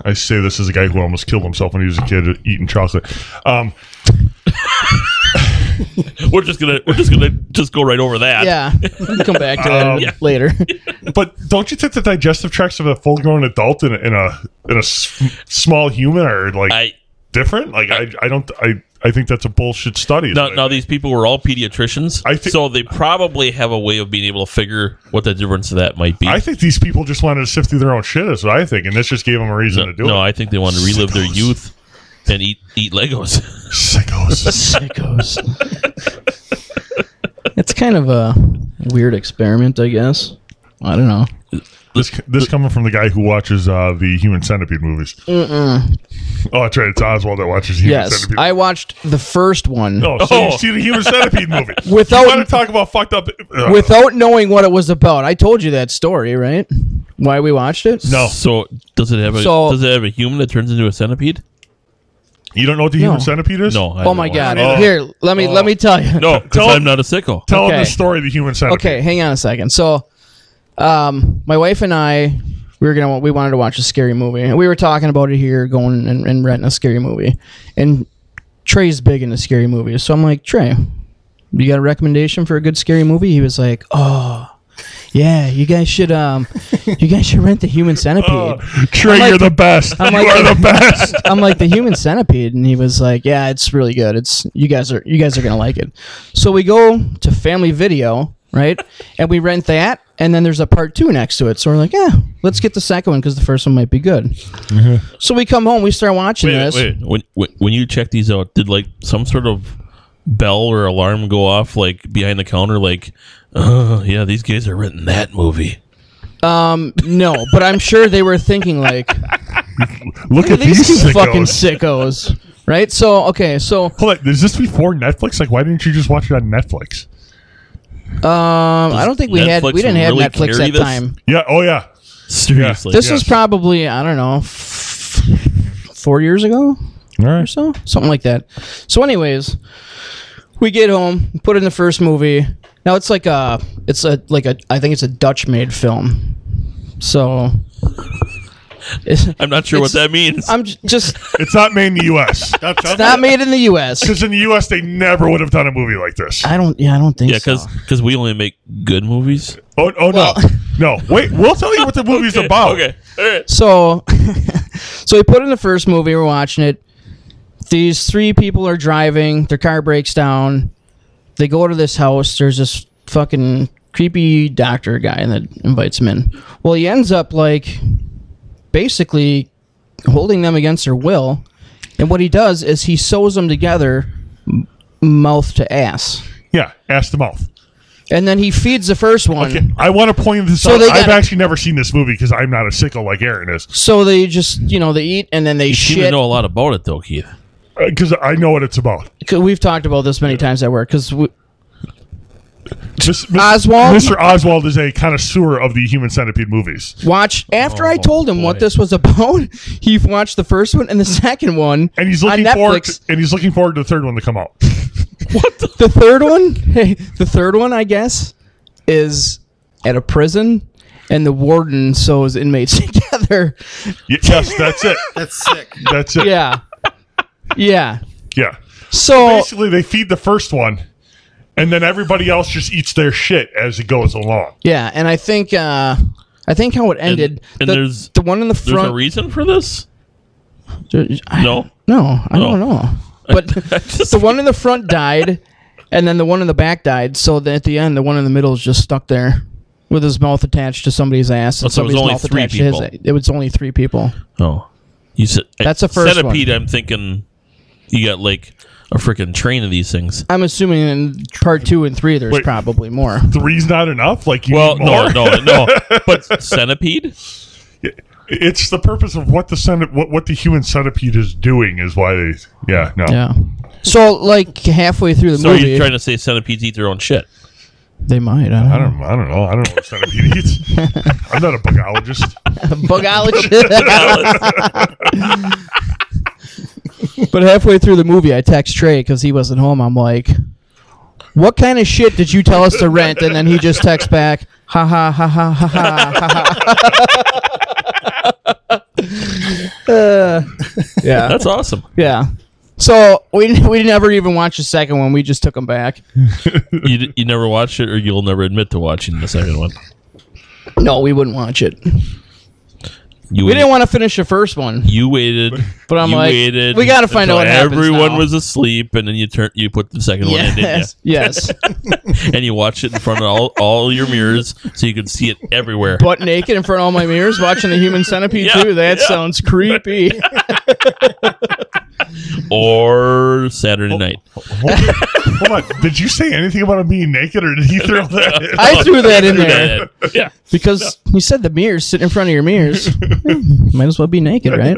[SPEAKER 3] I say this as a guy who almost killed himself when he was a kid eating chocolate. Um,
[SPEAKER 4] We're just gonna we're just gonna just go right over that.
[SPEAKER 1] Yeah, we'll come back to
[SPEAKER 3] Um,
[SPEAKER 1] that later.
[SPEAKER 3] but don't you think the digestive tracts of a full-grown adult and in a in a, s- small human are like
[SPEAKER 4] I
[SPEAKER 3] different? Like I, I don't I. I think that's a bullshit study. is
[SPEAKER 4] Now,
[SPEAKER 3] what I
[SPEAKER 4] now
[SPEAKER 3] think.
[SPEAKER 4] these people were all pediatricians,
[SPEAKER 3] I thi-
[SPEAKER 4] so they probably have a way of being able to figure what the difference of that might be.
[SPEAKER 3] I think these people just wanted to sift through their own shit. Is what I think, and this just gave them a reason
[SPEAKER 4] no,
[SPEAKER 3] to do
[SPEAKER 4] no,
[SPEAKER 3] it.
[SPEAKER 4] I think they want to relive their
[SPEAKER 3] Sickos.
[SPEAKER 4] youth and eat eat Legos.
[SPEAKER 3] Sickos.
[SPEAKER 1] Sickos. it's kind of a weird experiment, I guess. I don't know.
[SPEAKER 3] this this coming from the guy who watches uh, the Human Centipede movies. Mm-mm. Oh, that's right. It's Oswald that watches Human
[SPEAKER 1] Yes,
[SPEAKER 3] Centipede.
[SPEAKER 1] I watched the first one
[SPEAKER 3] Oh, so
[SPEAKER 4] Oh.
[SPEAKER 3] you see the Human Centipede movie
[SPEAKER 1] Without-
[SPEAKER 3] You want to talk about fucked up? uh, Ugh.
[SPEAKER 1] without knowing what it was about. I told you that story, right? Why we watched it?
[SPEAKER 3] No.
[SPEAKER 4] So does it have a
[SPEAKER 1] So-
[SPEAKER 4] does it have a human that turns into a centipede?
[SPEAKER 3] you don't know what the
[SPEAKER 1] No.
[SPEAKER 3] Human Centipede is?
[SPEAKER 4] No. I
[SPEAKER 1] Oh
[SPEAKER 4] don't
[SPEAKER 1] my
[SPEAKER 4] know.
[SPEAKER 1] god!
[SPEAKER 3] Oh.
[SPEAKER 1] Here, let me let me tell you.
[SPEAKER 3] Tell-
[SPEAKER 4] No, because I'm not a sicko.
[SPEAKER 3] Tell
[SPEAKER 1] Okay.
[SPEAKER 3] him the story of the Human Centipede.
[SPEAKER 1] Okay, hang on a second. So, um, my wife and I, we were gonna we wanted to watch a scary movie, and we were talking about it here, going and, and renting a scary movie. And Trey's big into scary movies, so I'm like, Trey, you got a recommendation for a good scary movie? He was like, Oh, yeah, you guys should um, you guys should rent the Human Centipede.
[SPEAKER 3] Trey,
[SPEAKER 1] I'm like-
[SPEAKER 3] you're the best.
[SPEAKER 1] I'm
[SPEAKER 3] you
[SPEAKER 1] like-
[SPEAKER 3] are the best.
[SPEAKER 1] I'm like the human centipede, and he was like, "Yeah, it's really good. It's you guys are you guys are gonna like it." So we go to Family Video, right, and we rent that, and then there's a part two next to it. So we're like, "Yeah, let's get the second one because the first one might be good."
[SPEAKER 3] Mm-hmm.
[SPEAKER 1] so we come home, we start watching this.
[SPEAKER 4] When, when when you check these out, did like some sort of bell or alarm go off like behind the counter? Like, oh yeah, these guys are renting that movie.
[SPEAKER 1] No, but I'm sure they were thinking like,
[SPEAKER 3] Look at
[SPEAKER 1] "These
[SPEAKER 3] these
[SPEAKER 1] two
[SPEAKER 3] sickos.
[SPEAKER 1] fucking sickos." Right, so okay, so
[SPEAKER 3] Hold on, is this before Netflix? Like, why didn't you just watch it on Netflix?
[SPEAKER 1] um, I don't think we had
[SPEAKER 4] Netflix
[SPEAKER 1] we didn't have
[SPEAKER 4] really
[SPEAKER 1] Netflix
[SPEAKER 4] carry
[SPEAKER 1] at
[SPEAKER 4] this?
[SPEAKER 1] time.
[SPEAKER 3] Yeah. Oh yeah.
[SPEAKER 4] Seriously,
[SPEAKER 1] This
[SPEAKER 3] Yeah.
[SPEAKER 1] was probably I don't know, f- four years ago.
[SPEAKER 3] All right.
[SPEAKER 1] or so, something like that. So, anyways, we get home, put in the first movie. Now it's like a, it's a like a, I think it's a Dutch made film. So, it's,
[SPEAKER 4] I'm not sure what
[SPEAKER 1] It's-
[SPEAKER 4] that means.
[SPEAKER 1] I'm j- just
[SPEAKER 3] It's not made in the U.S.
[SPEAKER 1] it's not made in the U.S.
[SPEAKER 3] Because in the U.S. they never would have done a movie like this.
[SPEAKER 1] I don't, yeah, I don't think
[SPEAKER 4] yeah,
[SPEAKER 1] so.
[SPEAKER 4] because we only make good movies.
[SPEAKER 3] Oh, oh
[SPEAKER 1] Well-
[SPEAKER 3] no, no. Wait, we'll tell you what the movie's about.
[SPEAKER 4] Okay, all right.
[SPEAKER 1] So, so we put in the first movie. We're watching it. These three people are driving. Their car breaks down. They go to this house. There's this fucking creepy doctor guy that invites them in. Well, he ends up like basically holding them against their will. And what he does is he sews them together, m- mouth to ass,
[SPEAKER 3] Yeah, ass to mouth.
[SPEAKER 1] and then he feeds the first one.
[SPEAKER 3] Okay, I want to point this
[SPEAKER 1] So
[SPEAKER 3] out.
[SPEAKER 1] they
[SPEAKER 3] I've
[SPEAKER 1] gotta-
[SPEAKER 3] actually never seen this movie because I'm not a sickle like Aaron is.
[SPEAKER 1] So they just, you know, they eat and then they
[SPEAKER 4] You
[SPEAKER 1] shit.
[SPEAKER 4] even know a lot about it though, Keith.
[SPEAKER 3] Because uh, I know what it's about.
[SPEAKER 1] 'Cause We've talked about this many times at work because
[SPEAKER 3] Mis- mis-
[SPEAKER 1] Oswald?
[SPEAKER 3] Mr. Oswald is a connoisseur of the human centipede movies.
[SPEAKER 1] watched after I
[SPEAKER 4] Oh,
[SPEAKER 1] told him what
[SPEAKER 4] boy.
[SPEAKER 1] this was about. He watched the first one and the second one,
[SPEAKER 3] And he's
[SPEAKER 1] on
[SPEAKER 3] looking forward
[SPEAKER 1] Netflix.
[SPEAKER 3] to, and he's looking forward to the third one to come out.
[SPEAKER 1] the third one, hey, the third one, I guess, is at a prison, and the warden sews inmates together.
[SPEAKER 3] Y- yes, that's it.
[SPEAKER 5] That's sick.
[SPEAKER 3] That's it.
[SPEAKER 1] Yeah, yeah.
[SPEAKER 3] Yeah.
[SPEAKER 1] So
[SPEAKER 3] Basically they feed the first one and then everybody else just eats their shit as it goes along.
[SPEAKER 1] yeah, and I think uh, I think how it ended.
[SPEAKER 4] and
[SPEAKER 1] the,
[SPEAKER 4] there's-
[SPEAKER 1] the one in the
[SPEAKER 4] There's
[SPEAKER 1] front.
[SPEAKER 4] a reason for this.
[SPEAKER 1] I-
[SPEAKER 4] No.
[SPEAKER 1] No, I
[SPEAKER 4] No.
[SPEAKER 1] don't know. But the one in the front died, and then the one in the back died. So that at the end, the one in the middle is just stuck there with his mouth attached to somebody's ass, and
[SPEAKER 4] so it was
[SPEAKER 1] somebody's
[SPEAKER 4] only
[SPEAKER 1] mouth
[SPEAKER 4] three
[SPEAKER 1] attached to his.
[SPEAKER 4] people.
[SPEAKER 1] It was only three people.
[SPEAKER 4] Oh, you said
[SPEAKER 1] That's the first
[SPEAKER 4] centipede. I'm thinking you got like a freaking train of these things.
[SPEAKER 1] I'm assuming in part two and three, there's
[SPEAKER 3] Wait.
[SPEAKER 1] probably more.
[SPEAKER 3] Three's not enough. Like you
[SPEAKER 4] Well,
[SPEAKER 3] need
[SPEAKER 4] no,
[SPEAKER 3] more?
[SPEAKER 4] no, no. But centipede?
[SPEAKER 3] It's the purpose of what the centip- what what the human centipede is doing is why they yeah no
[SPEAKER 1] Yeah. So like halfway through the
[SPEAKER 4] So are you
[SPEAKER 1] movie,
[SPEAKER 4] trying to say centipedes eat their own shit?
[SPEAKER 1] they might. I don't,
[SPEAKER 3] I don't I don't know I don't know what centipede eats. I'm not a bugologist.
[SPEAKER 1] know. Bugologist. but halfway through the movie, I text Trey because he wasn't home. I'm like, "What kind of shit did you tell us to rent?" And then he just texts back, "Ha ha ha ha ha ha ha." ha." uh, yeah.
[SPEAKER 4] That's awesome.
[SPEAKER 1] Yeah. So we we never even watched the second one. We just took them back.
[SPEAKER 4] You, d- you never watched it, or you'll never admit to watching the second one.
[SPEAKER 1] No, we wouldn't watch it.
[SPEAKER 4] You
[SPEAKER 1] We
[SPEAKER 4] waited,
[SPEAKER 1] didn't want to finish the first one,
[SPEAKER 4] you waited,
[SPEAKER 1] but I'm
[SPEAKER 4] you
[SPEAKER 1] like,
[SPEAKER 4] waited.
[SPEAKER 1] we got to find out
[SPEAKER 4] until
[SPEAKER 1] what happens
[SPEAKER 4] Everyone
[SPEAKER 1] now.
[SPEAKER 4] was asleep, and then you turn, you put the second one in, didn't
[SPEAKER 1] yes, yes,
[SPEAKER 4] you? and you watched it in front of all, all your mirrors, so you could see it everywhere.
[SPEAKER 1] butt naked in front of all my mirrors, watching the Human Centipede
[SPEAKER 4] Yeah,
[SPEAKER 1] too. That
[SPEAKER 4] yeah.
[SPEAKER 1] sounds creepy.
[SPEAKER 4] or
[SPEAKER 1] Oh.
[SPEAKER 4] Saturday night.
[SPEAKER 3] Hold on. Hold on. Did you say anything about him being naked, or did he throw that? in?
[SPEAKER 1] I threw that in there
[SPEAKER 4] Yeah.
[SPEAKER 1] because you said the mirrors sit in front of your mirrors. Hmm, Might as well be naked, right?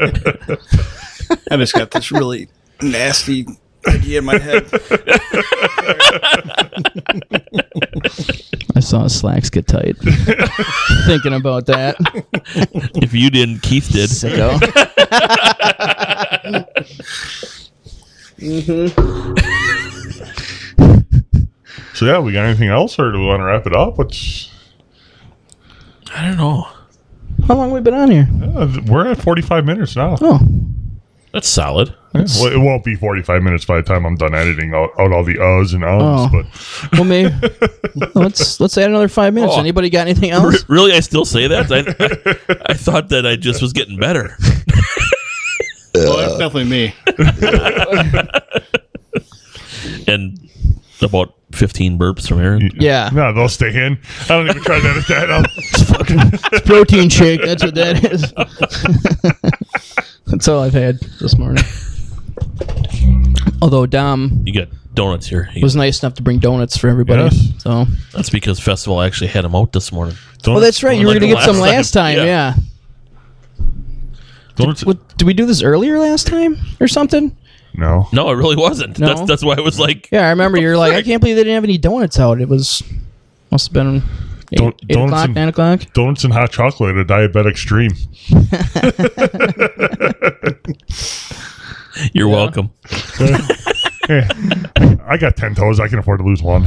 [SPEAKER 5] I just got this really nasty idea in my head.
[SPEAKER 1] I saw his slacks get tight. Thinking about that.
[SPEAKER 4] If you didn't, Keith did.
[SPEAKER 1] Sicko.
[SPEAKER 3] So yeah, we got anything else, or do we want to wrap it up? What's
[SPEAKER 4] I don't know.
[SPEAKER 1] How long we been on here?
[SPEAKER 3] uh, we're at forty five minutes now.
[SPEAKER 1] Oh,
[SPEAKER 4] That's solid.
[SPEAKER 3] Yeah, Well, it won't be forty five minutes by the time I'm done editing out, out all the uhs and
[SPEAKER 1] Oh.
[SPEAKER 3] ums. But
[SPEAKER 1] well, maybe let's let's add another five minutes.
[SPEAKER 4] Oh.
[SPEAKER 1] Anybody got anything else?
[SPEAKER 4] Really, I still say that. I, I, I thought that I just was getting better.
[SPEAKER 5] Well, that's definitely me.
[SPEAKER 4] and about 15 burps from Aaron.
[SPEAKER 1] Yeah.
[SPEAKER 3] no, they'll stay in. I don't even try to edit that out.
[SPEAKER 1] It's protein shake. That's what that is. that's all I've had this morning. Although Dom
[SPEAKER 4] You got donuts here.
[SPEAKER 1] was nice enough to bring donuts for everybody.
[SPEAKER 3] Yes.
[SPEAKER 1] So.
[SPEAKER 4] That's because Festival actually had them out this morning.
[SPEAKER 1] Well, that's right. You were
[SPEAKER 4] Like
[SPEAKER 1] gonna
[SPEAKER 4] the
[SPEAKER 1] get some
[SPEAKER 4] last
[SPEAKER 1] last
[SPEAKER 4] time.
[SPEAKER 1] time.
[SPEAKER 4] Yeah.
[SPEAKER 1] Yeah.
[SPEAKER 3] Donuts-
[SPEAKER 1] What, did we do this earlier last time or something?
[SPEAKER 3] no.
[SPEAKER 4] No, it really wasn't.
[SPEAKER 1] No?
[SPEAKER 4] That's that's why I was like,
[SPEAKER 1] Yeah, I remember you're like, I can't believe they didn't have any donuts out. It was must have been eight,
[SPEAKER 3] Don-
[SPEAKER 1] eight
[SPEAKER 3] donuts
[SPEAKER 1] o'clock,
[SPEAKER 3] and-
[SPEAKER 1] nine o'clock.
[SPEAKER 3] Donuts and hot chocolate, a diabetic dream.
[SPEAKER 4] "You're welcome."
[SPEAKER 3] Eh, I got ten toes. I can afford to lose one.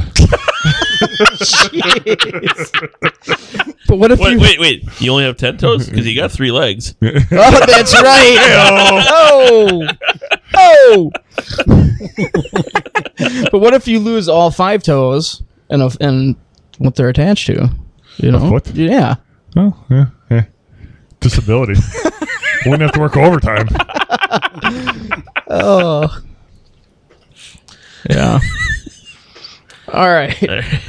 [SPEAKER 1] But what if
[SPEAKER 4] Wait,
[SPEAKER 1] you?
[SPEAKER 4] wait, wait! You only have ten toes because you got three legs.
[SPEAKER 1] Oh, that's right.
[SPEAKER 3] Oh,
[SPEAKER 1] oh, oh. but what if you lose all five toes and of and what they're attached to? You know?
[SPEAKER 3] foot?
[SPEAKER 1] Yeah.
[SPEAKER 3] oh yeah, yeah. Disability. Wouldn't have to work overtime.
[SPEAKER 1] Oh. Yeah. all right.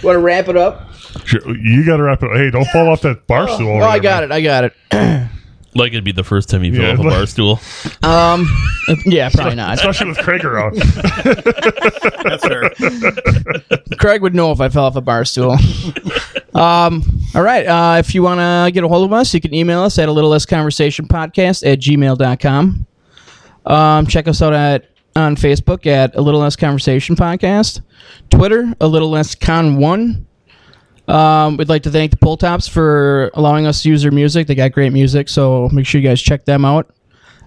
[SPEAKER 1] Want to wrap it up?
[SPEAKER 3] Sure, You got to wrap it. Hey, don't fall off that bar stool.
[SPEAKER 1] Oh, I got it. I got it.
[SPEAKER 4] Like it'd be the first time you fell
[SPEAKER 3] Yeah,
[SPEAKER 4] off a
[SPEAKER 3] like-
[SPEAKER 4] bar stool.
[SPEAKER 1] Um. Yeah, probably not.
[SPEAKER 3] Especially with Craig around.
[SPEAKER 5] That's her.
[SPEAKER 1] Craig would know if I fell off a bar stool. um, all right. Uh, if you want to get a hold of us, you can email us at a little less conversation podcast at gmail.com. Um, check us out at on Facebook at a little less conversation podcast, Twitter, a little less con one. Um, we'd like to thank the Pull Tops for allowing us to use their music. They got great music, so make sure you guys check them out.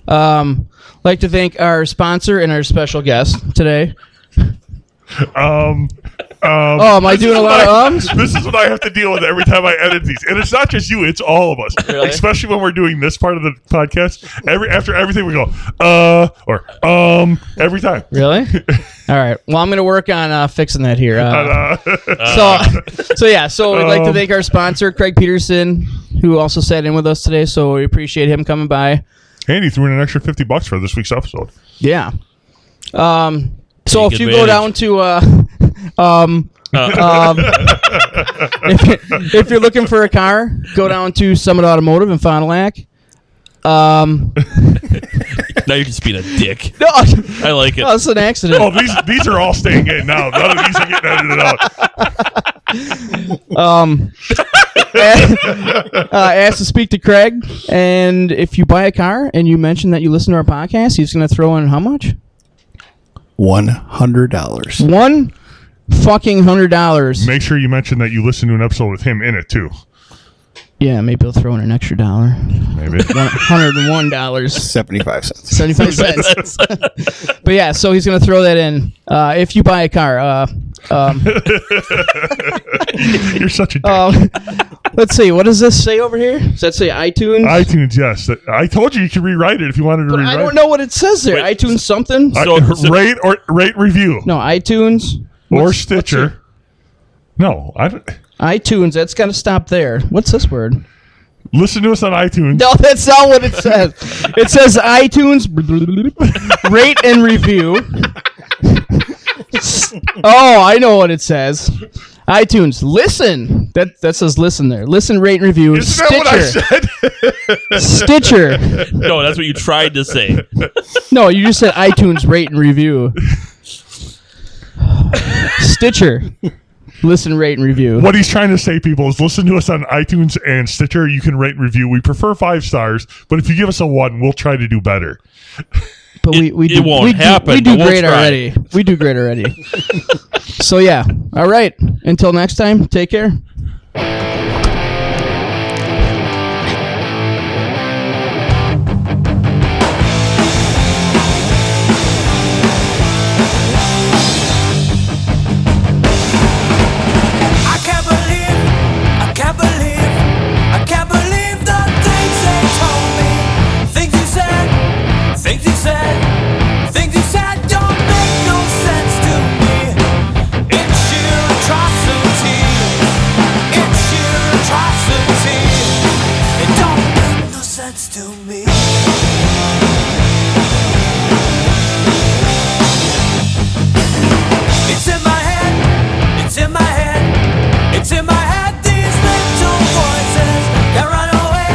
[SPEAKER 1] Um, like to thank our sponsor and our special guest today.
[SPEAKER 3] Um,
[SPEAKER 1] Oh, am I doing a lot of ums?
[SPEAKER 3] this is what I have to deal with every time I edit these, and it's not just you; it's all of us. Especially when we're doing this part of the podcast. Every after everything, we go uh or um every time.
[SPEAKER 1] Really? All right. Well, I'm going to work on uh, fixing that here. Uh,
[SPEAKER 3] Uh,
[SPEAKER 1] so, so yeah. So we'd like to
[SPEAKER 3] Um,
[SPEAKER 1] thank our sponsor, Craig Peterson, who also sat in with us today. So we appreciate him coming by.
[SPEAKER 3] Andy threw in an extra fifty bucks for this week's episode.
[SPEAKER 1] Yeah. Um. So
[SPEAKER 4] Take
[SPEAKER 1] if you go
[SPEAKER 4] advantage. Uh.
[SPEAKER 1] down to uh, um, um, if, if you're looking for a car, go down to Summit Automotive in Fond du Lac. Um,
[SPEAKER 4] Now you're just being a dick.
[SPEAKER 1] no,
[SPEAKER 4] I like it.
[SPEAKER 1] no, it's an accident.
[SPEAKER 3] Oh, these these are all staying in now. None of these are getting edited out.
[SPEAKER 1] Um, uh, asked to speak to Craig, and if you buy a car and you mention that you listen to our podcast, he's going to throw in how much?
[SPEAKER 5] One hundred dollars.
[SPEAKER 1] One fucking hundred dollars.
[SPEAKER 3] Make sure you mention that you listen to an episode with him in it too.
[SPEAKER 1] Yeah, maybe he'll throw in an extra dollar.
[SPEAKER 3] Maybe.
[SPEAKER 1] One hundred and one dollars,
[SPEAKER 5] Seventy-five cents.
[SPEAKER 1] seventy-five cents.
[SPEAKER 4] That's-
[SPEAKER 1] But yeah, so he's going to throw that in. Uh, if you buy a car, uh, um,
[SPEAKER 3] You're such a dick.
[SPEAKER 1] um, let's see. What does this say over here? Does that say iTunes?
[SPEAKER 3] iTunes, yes. I told you you could rewrite it if you wanted to
[SPEAKER 1] But
[SPEAKER 3] rewrite.
[SPEAKER 1] I don't
[SPEAKER 3] it.
[SPEAKER 1] know what it says there.
[SPEAKER 4] Wait.
[SPEAKER 1] iTunes something?
[SPEAKER 3] I-
[SPEAKER 4] So- so-
[SPEAKER 3] rate or rate review
[SPEAKER 1] no, iTunes.
[SPEAKER 3] or
[SPEAKER 1] What's-
[SPEAKER 3] Stitcher. No, I don't.
[SPEAKER 1] iTunes. That's got to stop there. What's this word?
[SPEAKER 3] Listen to us on iTunes.
[SPEAKER 1] No, that's not what it says. It says iTunes rate and review. S- oh, I know what it says. iTunes, listen. That that says listen there. Listen, rate, and review.
[SPEAKER 3] Isn't that what
[SPEAKER 1] Stitcher,
[SPEAKER 3] I said?
[SPEAKER 1] Stitcher.
[SPEAKER 4] No, that's what you tried to say.
[SPEAKER 1] No, you just said iTunes, rate, and review. Stitcher, listen, rate, and review.
[SPEAKER 3] what he's trying to say, people, is listen to us on iTunes and Stitcher. You can rate and review. We prefer five stars, but if you give us a one, we'll try to do better.
[SPEAKER 1] but we, we do,
[SPEAKER 4] it won't
[SPEAKER 1] we do-
[SPEAKER 4] happen,
[SPEAKER 1] we do
[SPEAKER 4] but we'll
[SPEAKER 1] great
[SPEAKER 4] try.
[SPEAKER 1] already. We do great already. so yeah. All right. Until next time. Take care.
[SPEAKER 6] I can't believe, I can't believe, I can't believe the things they told me. Things you said, things you said, things you said don't make no sense to me. It's sheer atrocity. It's sheer atrocity. It don't make no sense to me. It's in my head, it's in my head, it's in my head, these little voices that run away,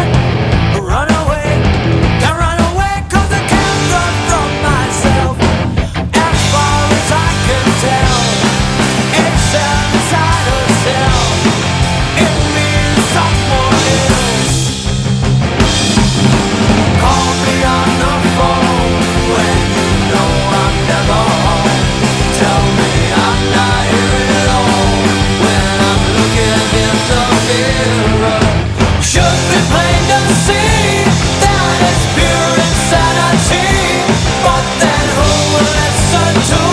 [SPEAKER 6] run away, that run away, cause I can't run from myself. As far as I can tell, it's an insider cell. It means someone else. Call me on the phone when you know I'm never home. Tell me I'm not here at all when I'm looking in the mirror. Should be plain to see that it's pure insanity. But then who will listen to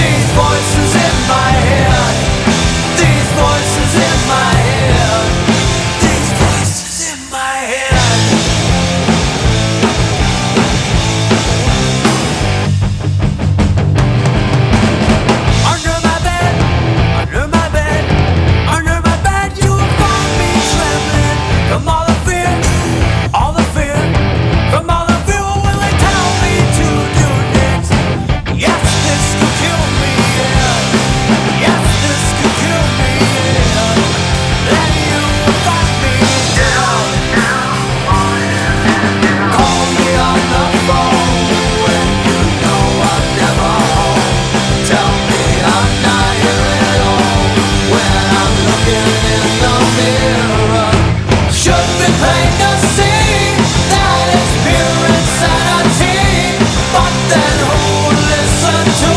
[SPEAKER 6] these voices in my head? These voices in my head. These voices in my head. Under my bed, under my bed, under my bed, you will find me trembling from all the fear, all the fear, from all the fear. Will they tell me to do next? Yes, this could kill me. Yeah. Yes, this could kill me. Yeah. Then you will find me down. Call me on the phone when you know I'm never home. Tell me I'm not here at all when I'm looking in the mirror. Should be plain to see that it's pure insanity, but then who would listen to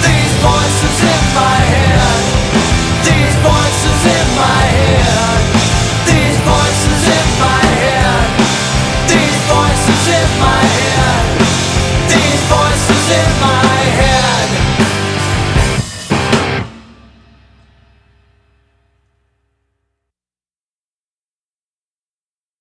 [SPEAKER 6] these voices in my head? These voices in my head. These voices in my head. These voices in my head. These voices in my